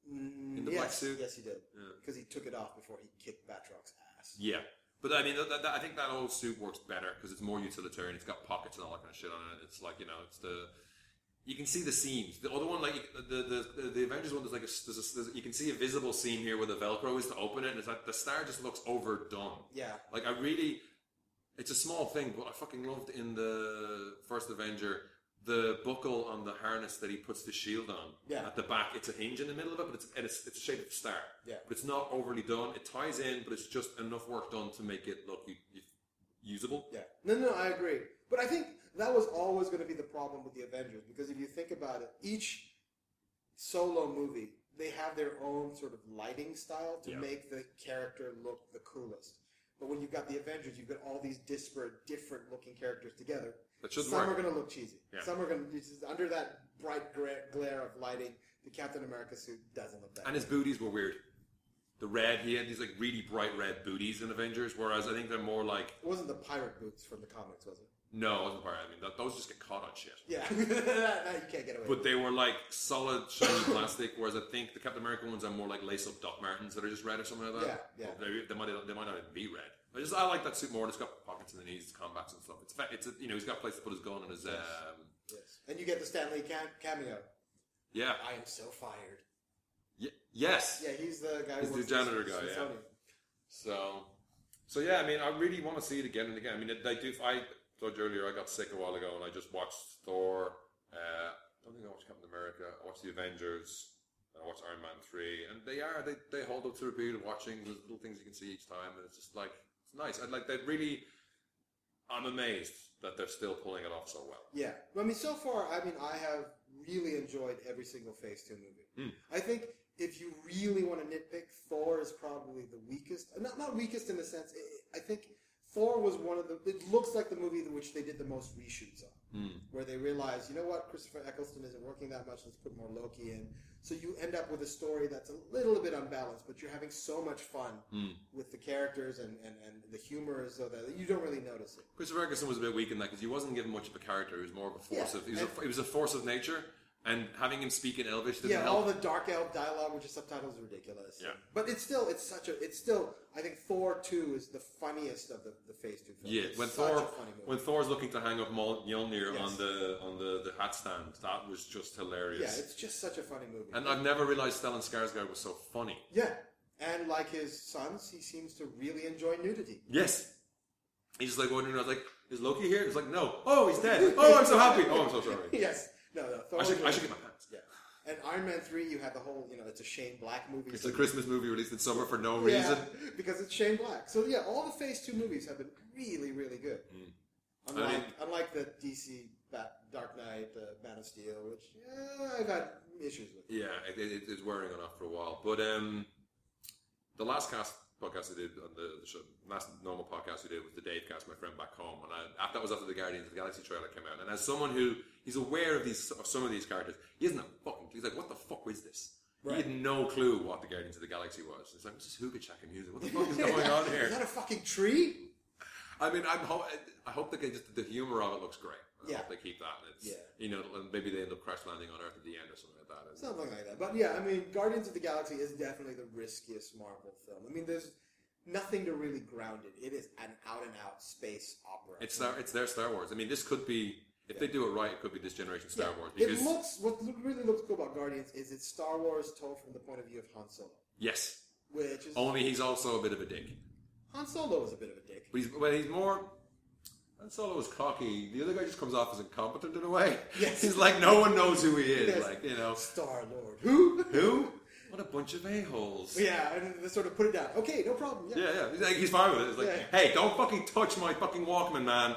S2: Mm,
S1: in the
S2: yes,
S1: black suit?
S2: Yes, he did
S1: Yeah.
S2: because he took it off before he kicked Batrock's ass.
S1: Yeah, but I mean, that, that, I think that old suit works better because it's more utilitarian. It's got pockets and all that kind of shit on it. It's like you know, it's the you can see the seams. The other one, like the the the, the Avengers one, there's like a, s- there's a, there's, you can see a visible seam here where the Velcro is to open it, and it's like the star just looks overdone.
S2: Yeah.
S1: Like I really, it's a small thing, but I fucking loved in the first Avenger the buckle on the harness that he puts the shield on.
S2: Yeah.
S1: At the back, it's a hinge in the middle of it, but it's and it's, it's shaped of a star.
S2: Yeah.
S1: But it's not overly done. It ties in, but it's just enough work done to make it look u- u- usable.
S2: Yeah. No, no, I agree. But I think that was always going to be the problem with the Avengers because if you think about it, each solo movie they have their own sort of lighting style to
S1: Yeah.
S2: make the character look the coolest. But when you've got the Avengers, you've got all these disparate, different looking characters together.
S1: That should
S2: Some
S1: work.
S2: are going to look cheesy.
S1: Yeah.
S2: Some are going to under that bright gra- glare of lighting. The Captain America suit doesn't look that.
S1: And his booties were weird. The red, he had these like really bright red booties in Avengers, whereas I think they're more like
S2: it wasn't the pirate boots from the comics, was it?
S1: No, it wasn't part. I mean, th- those just get caught on shit.
S2: Yeah, [laughs] that, that you can't get away. with.
S1: But they were like solid shiny [coughs] plastic, whereas I think the Captain America ones are more like lace up Doc Martens that are just red or something like that.
S2: Yeah, yeah.
S1: Or They, they might they might not even be red. I just I like that suit more. It's got pockets in the knees, combats and stuff. It's fa- it's a, you know he's got a place to put his gun and his um,
S2: Yes. And you get the Stanley cam- cameo.
S1: yeah
S2: I am so fired.
S1: y- yes.
S2: Yeah, he's the guy.
S1: He's
S2: who
S1: the
S2: works
S1: janitor
S2: with-
S1: guy,
S2: with
S1: yeah.
S2: Sony.
S1: So, so yeah, I mean, I really want to see it again and again. I mean, I do. I told you earlier, I got sick a while ago, and I just watched Thor. Uh, I don't think I watched Captain America. I watched the Avengers. And I watched Iron Man three, and they are they, they hold up to repeat of watching. There's little things you can see each time, and it's just like it's nice. I like they really. I'm amazed that they're still pulling it off so well.
S2: Yeah. Well, I mean, so far, I mean, I have really enjoyed every single Phase 2
S1: Hmm.
S2: movie. I think if you really want to nitpick, Thor is probably the weakest. Not, not weakest in the sense, i I think Thor was one of the. It looks like the movie which they did the most reshoots on. Where they realized, you know what, Christopher Eccleston isn't working that much, let's put more Loki in. So you end up with a story that's a little bit unbalanced, but you're having so much fun
S1: Hmm.
S2: with the characters and, and, and the humor so that you don't really notice it.
S1: Christopher Ferguson was a bit weak in that because he wasn't given much of a character. He was more of a force
S2: Yeah,
S1: of he was, a,
S2: and-
S1: he was a force of nature, and having him speak in Elvish didn't
S2: yeah,
S1: help.
S2: all the dark elf dialogue with just subtitles is ridiculous.
S1: Yeah.
S2: But it's still it's such a it's still I think Thor two is the funniest of the, the phase two films.
S1: Yeah,
S2: It's
S1: when
S2: such
S1: Thor
S2: a funny movie.
S1: when Thor's looking to hang up Mjol- Mjolnir
S2: Yes.
S1: on the on the, the hat stand, that was just
S2: yeah,
S1: hilarious.
S2: it's just such a funny movie.
S1: and uh, I've never realized Stellan Skarsgård was so funny.
S2: yeah. And like his sons, he seems to really enjoy nudity.
S1: Yes, he's just like wondering. I was like, "Is Loki here?" He's like, "No." Oh, he's dead. [laughs] Oh, I'm so happy. Oh, I'm so sorry.
S2: [laughs] yes. No, no, Thor
S1: I should I
S2: was-
S1: should get my pants.
S2: Yeah. And Iron Man three you had the whole you know, it's a Shane Black movie.
S1: It's
S2: so-
S1: a Christmas movie released in summer for no
S2: Yeah,
S1: reason.
S2: because it's Shane Black. So yeah, all the phase two movies have been really, really good. Unlike,
S1: Hmm. I mean-
S2: unlike the DC Bat, Dark Knight, uh, Man of Steel, which yeah, I've had issues with.
S1: Yeah, it, it, it's wearing on off for a while. But um, the last cast podcast I did on the, the show, last normal podcast we did was the Dave cast, my friend back home, and I, after, that was after the Guardians of the Galaxy trailer came out. And as someone who he's aware of these of some of these characters, he isn't a fucking. He's like, what the fuck is this? He
S2: Right.
S1: had no clue what the Guardians of the Galaxy was. It's like, this is Hookachak and music. What the fuck is going on
S2: [laughs] Is that
S1: here?
S2: a fucking tree?
S1: I mean, I'm ho- I hope that they just the humor of it looks great. I
S2: Yeah.
S1: hope they keep that. It's,
S2: Yeah.
S1: You know, and maybe they end up crash landing on Earth at the end or something like that. It's-
S2: Something like that. But yeah, I mean, Guardians of the Galaxy is definitely the riskiest Marvel film. I mean, there's nothing to really ground it. It is an out and out space opera.
S1: It's Star, it's their Star Wars. I mean, this could be if they do it right, it could be this generation Star
S2: Yeah.
S1: Wars because
S2: It looks what lo- really looks cool about Guardians is it's Star Wars told from the point of view of Han Solo,
S1: yes,
S2: which is
S1: only he's also a bit of a dick.
S2: Han Solo is a bit of a dick.
S1: But he's well, he's more. Han Solo is cocky. The other guy just comes off as incompetent in a way.
S2: Yes.
S1: he's like no one knows who he is.
S2: Yes.
S1: Like you know
S2: Star Lord. Who?
S1: who? What a bunch of a holes.
S2: [laughs] Yeah, and they sort of put it down. Okay, no problem. Yeah.
S1: Yeah, yeah. He's, like, he's fine with it. It's like,
S2: Yeah.
S1: hey, don't fucking touch my fucking Walkman, man.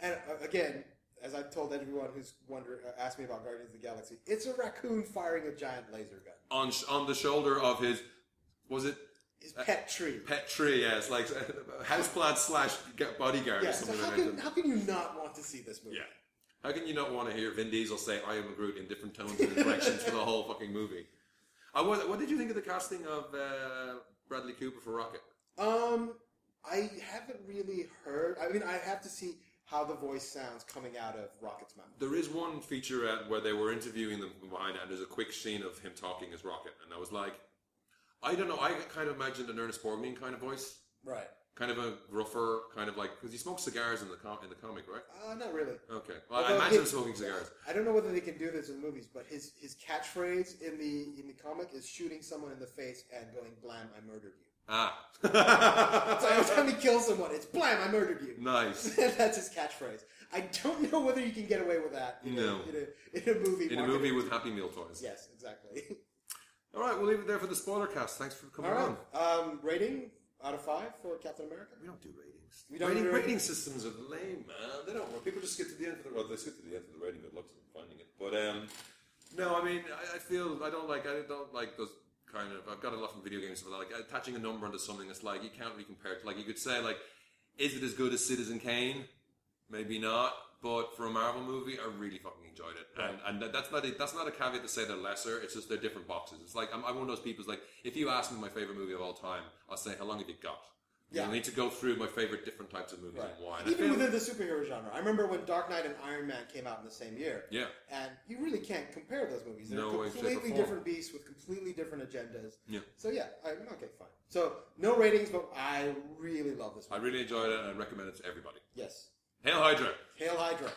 S2: And uh, again, as I've told everyone who's wonder uh, asked me about Guardians of the Galaxy, it's a raccoon firing a giant laser gun.
S1: On sh- on the shoulder of his, was it
S2: His
S1: Uh,
S2: pet tree.
S1: pet tree? Yeah, it's like [laughs] houseplant slash bodyguard
S2: yeah.
S1: or
S2: So
S1: something
S2: how
S1: like that.
S2: can how can you not want to see this movie?
S1: Yeah. How can you not want to hear Vin Diesel say "I am a Groot" in different tones and inflections for the whole fucking movie? I was, what did you think of the casting of uh, Bradley Cooper for Rocket?
S2: Um, I haven't really heard. I mean, I have to see how the voice sounds coming out of Rocket's mouth.
S1: There is one featurette where they were interviewing them from behind, and there's a quick scene of him talking as Rocket, and I was like, I don't know. I kind of imagined an Ernest Borgnine kind of voice,
S2: Right.
S1: kind of a gruffer, kind of like because he smokes cigars in the com- in the comic, right?
S2: Uh, not really.
S1: Okay, well, I
S2: Although
S1: imagine him
S2: his-
S1: smoking cigars.
S2: I don't know whether they can do this in movies, but his his catchphrase in the in the comic is shooting someone in the face and going "Blam, I murdered you."
S1: Ah,
S2: So every time he kills someone, it's "Blam, I murdered you." [laughs]
S1: nice.
S2: That's his catchphrase. I don't know whether you can get away with that. In
S1: No.
S2: A, in, a, in a movie.
S1: In a
S2: marketed-
S1: movie with Happy Meal toys.
S2: Yes, exactly. [laughs]
S1: All right, we'll leave it there for the spoiler cast. Thanks for coming
S2: All
S1: on.
S2: right. Um, rating out of five for Captain America.
S1: We don't do ratings.
S2: We don't
S1: rating,
S2: do ratings.
S1: rating systems are lame, man. They don't work. People just skip to the end of the well, they skip to the end of the rating. Good luck to them finding it. But um, no, I mean, I, I feel I don't like I don't like those kind of. I've got a lot from video games, but like attaching a number onto something that's like you can't really compare it. Like you could say like, is it as good as Citizen Kane? Maybe not. But for a Marvel movie, I really fucking enjoyed it, and and that- that's not a, that's not a caveat to say they're lesser. It's just they're different boxes. It's like I'm, I'm one of those people. who's Like if you ask me my favorite movie of all time, I'll say how long have you got? Yeah.
S2: Yeah.
S1: I need to go through my favorite different types of movies and why. And I
S2: Even
S1: feel-
S2: within the superhero genre, I remember when Dark Knight and Iron Man came out in the same year.
S1: yeah,
S2: And you really can't compare those movies. They're
S1: No way, shape, or
S2: completely
S1: form.
S2: different beasts with completely different agendas.
S1: Yeah.
S2: So yeah, I, okay, fine. So no ratings, but I really love this
S1: I
S2: movie.
S1: really enjoyed it and I recommend it to everybody.
S2: yes.
S1: Hail Hydra!
S2: Hail Hydra.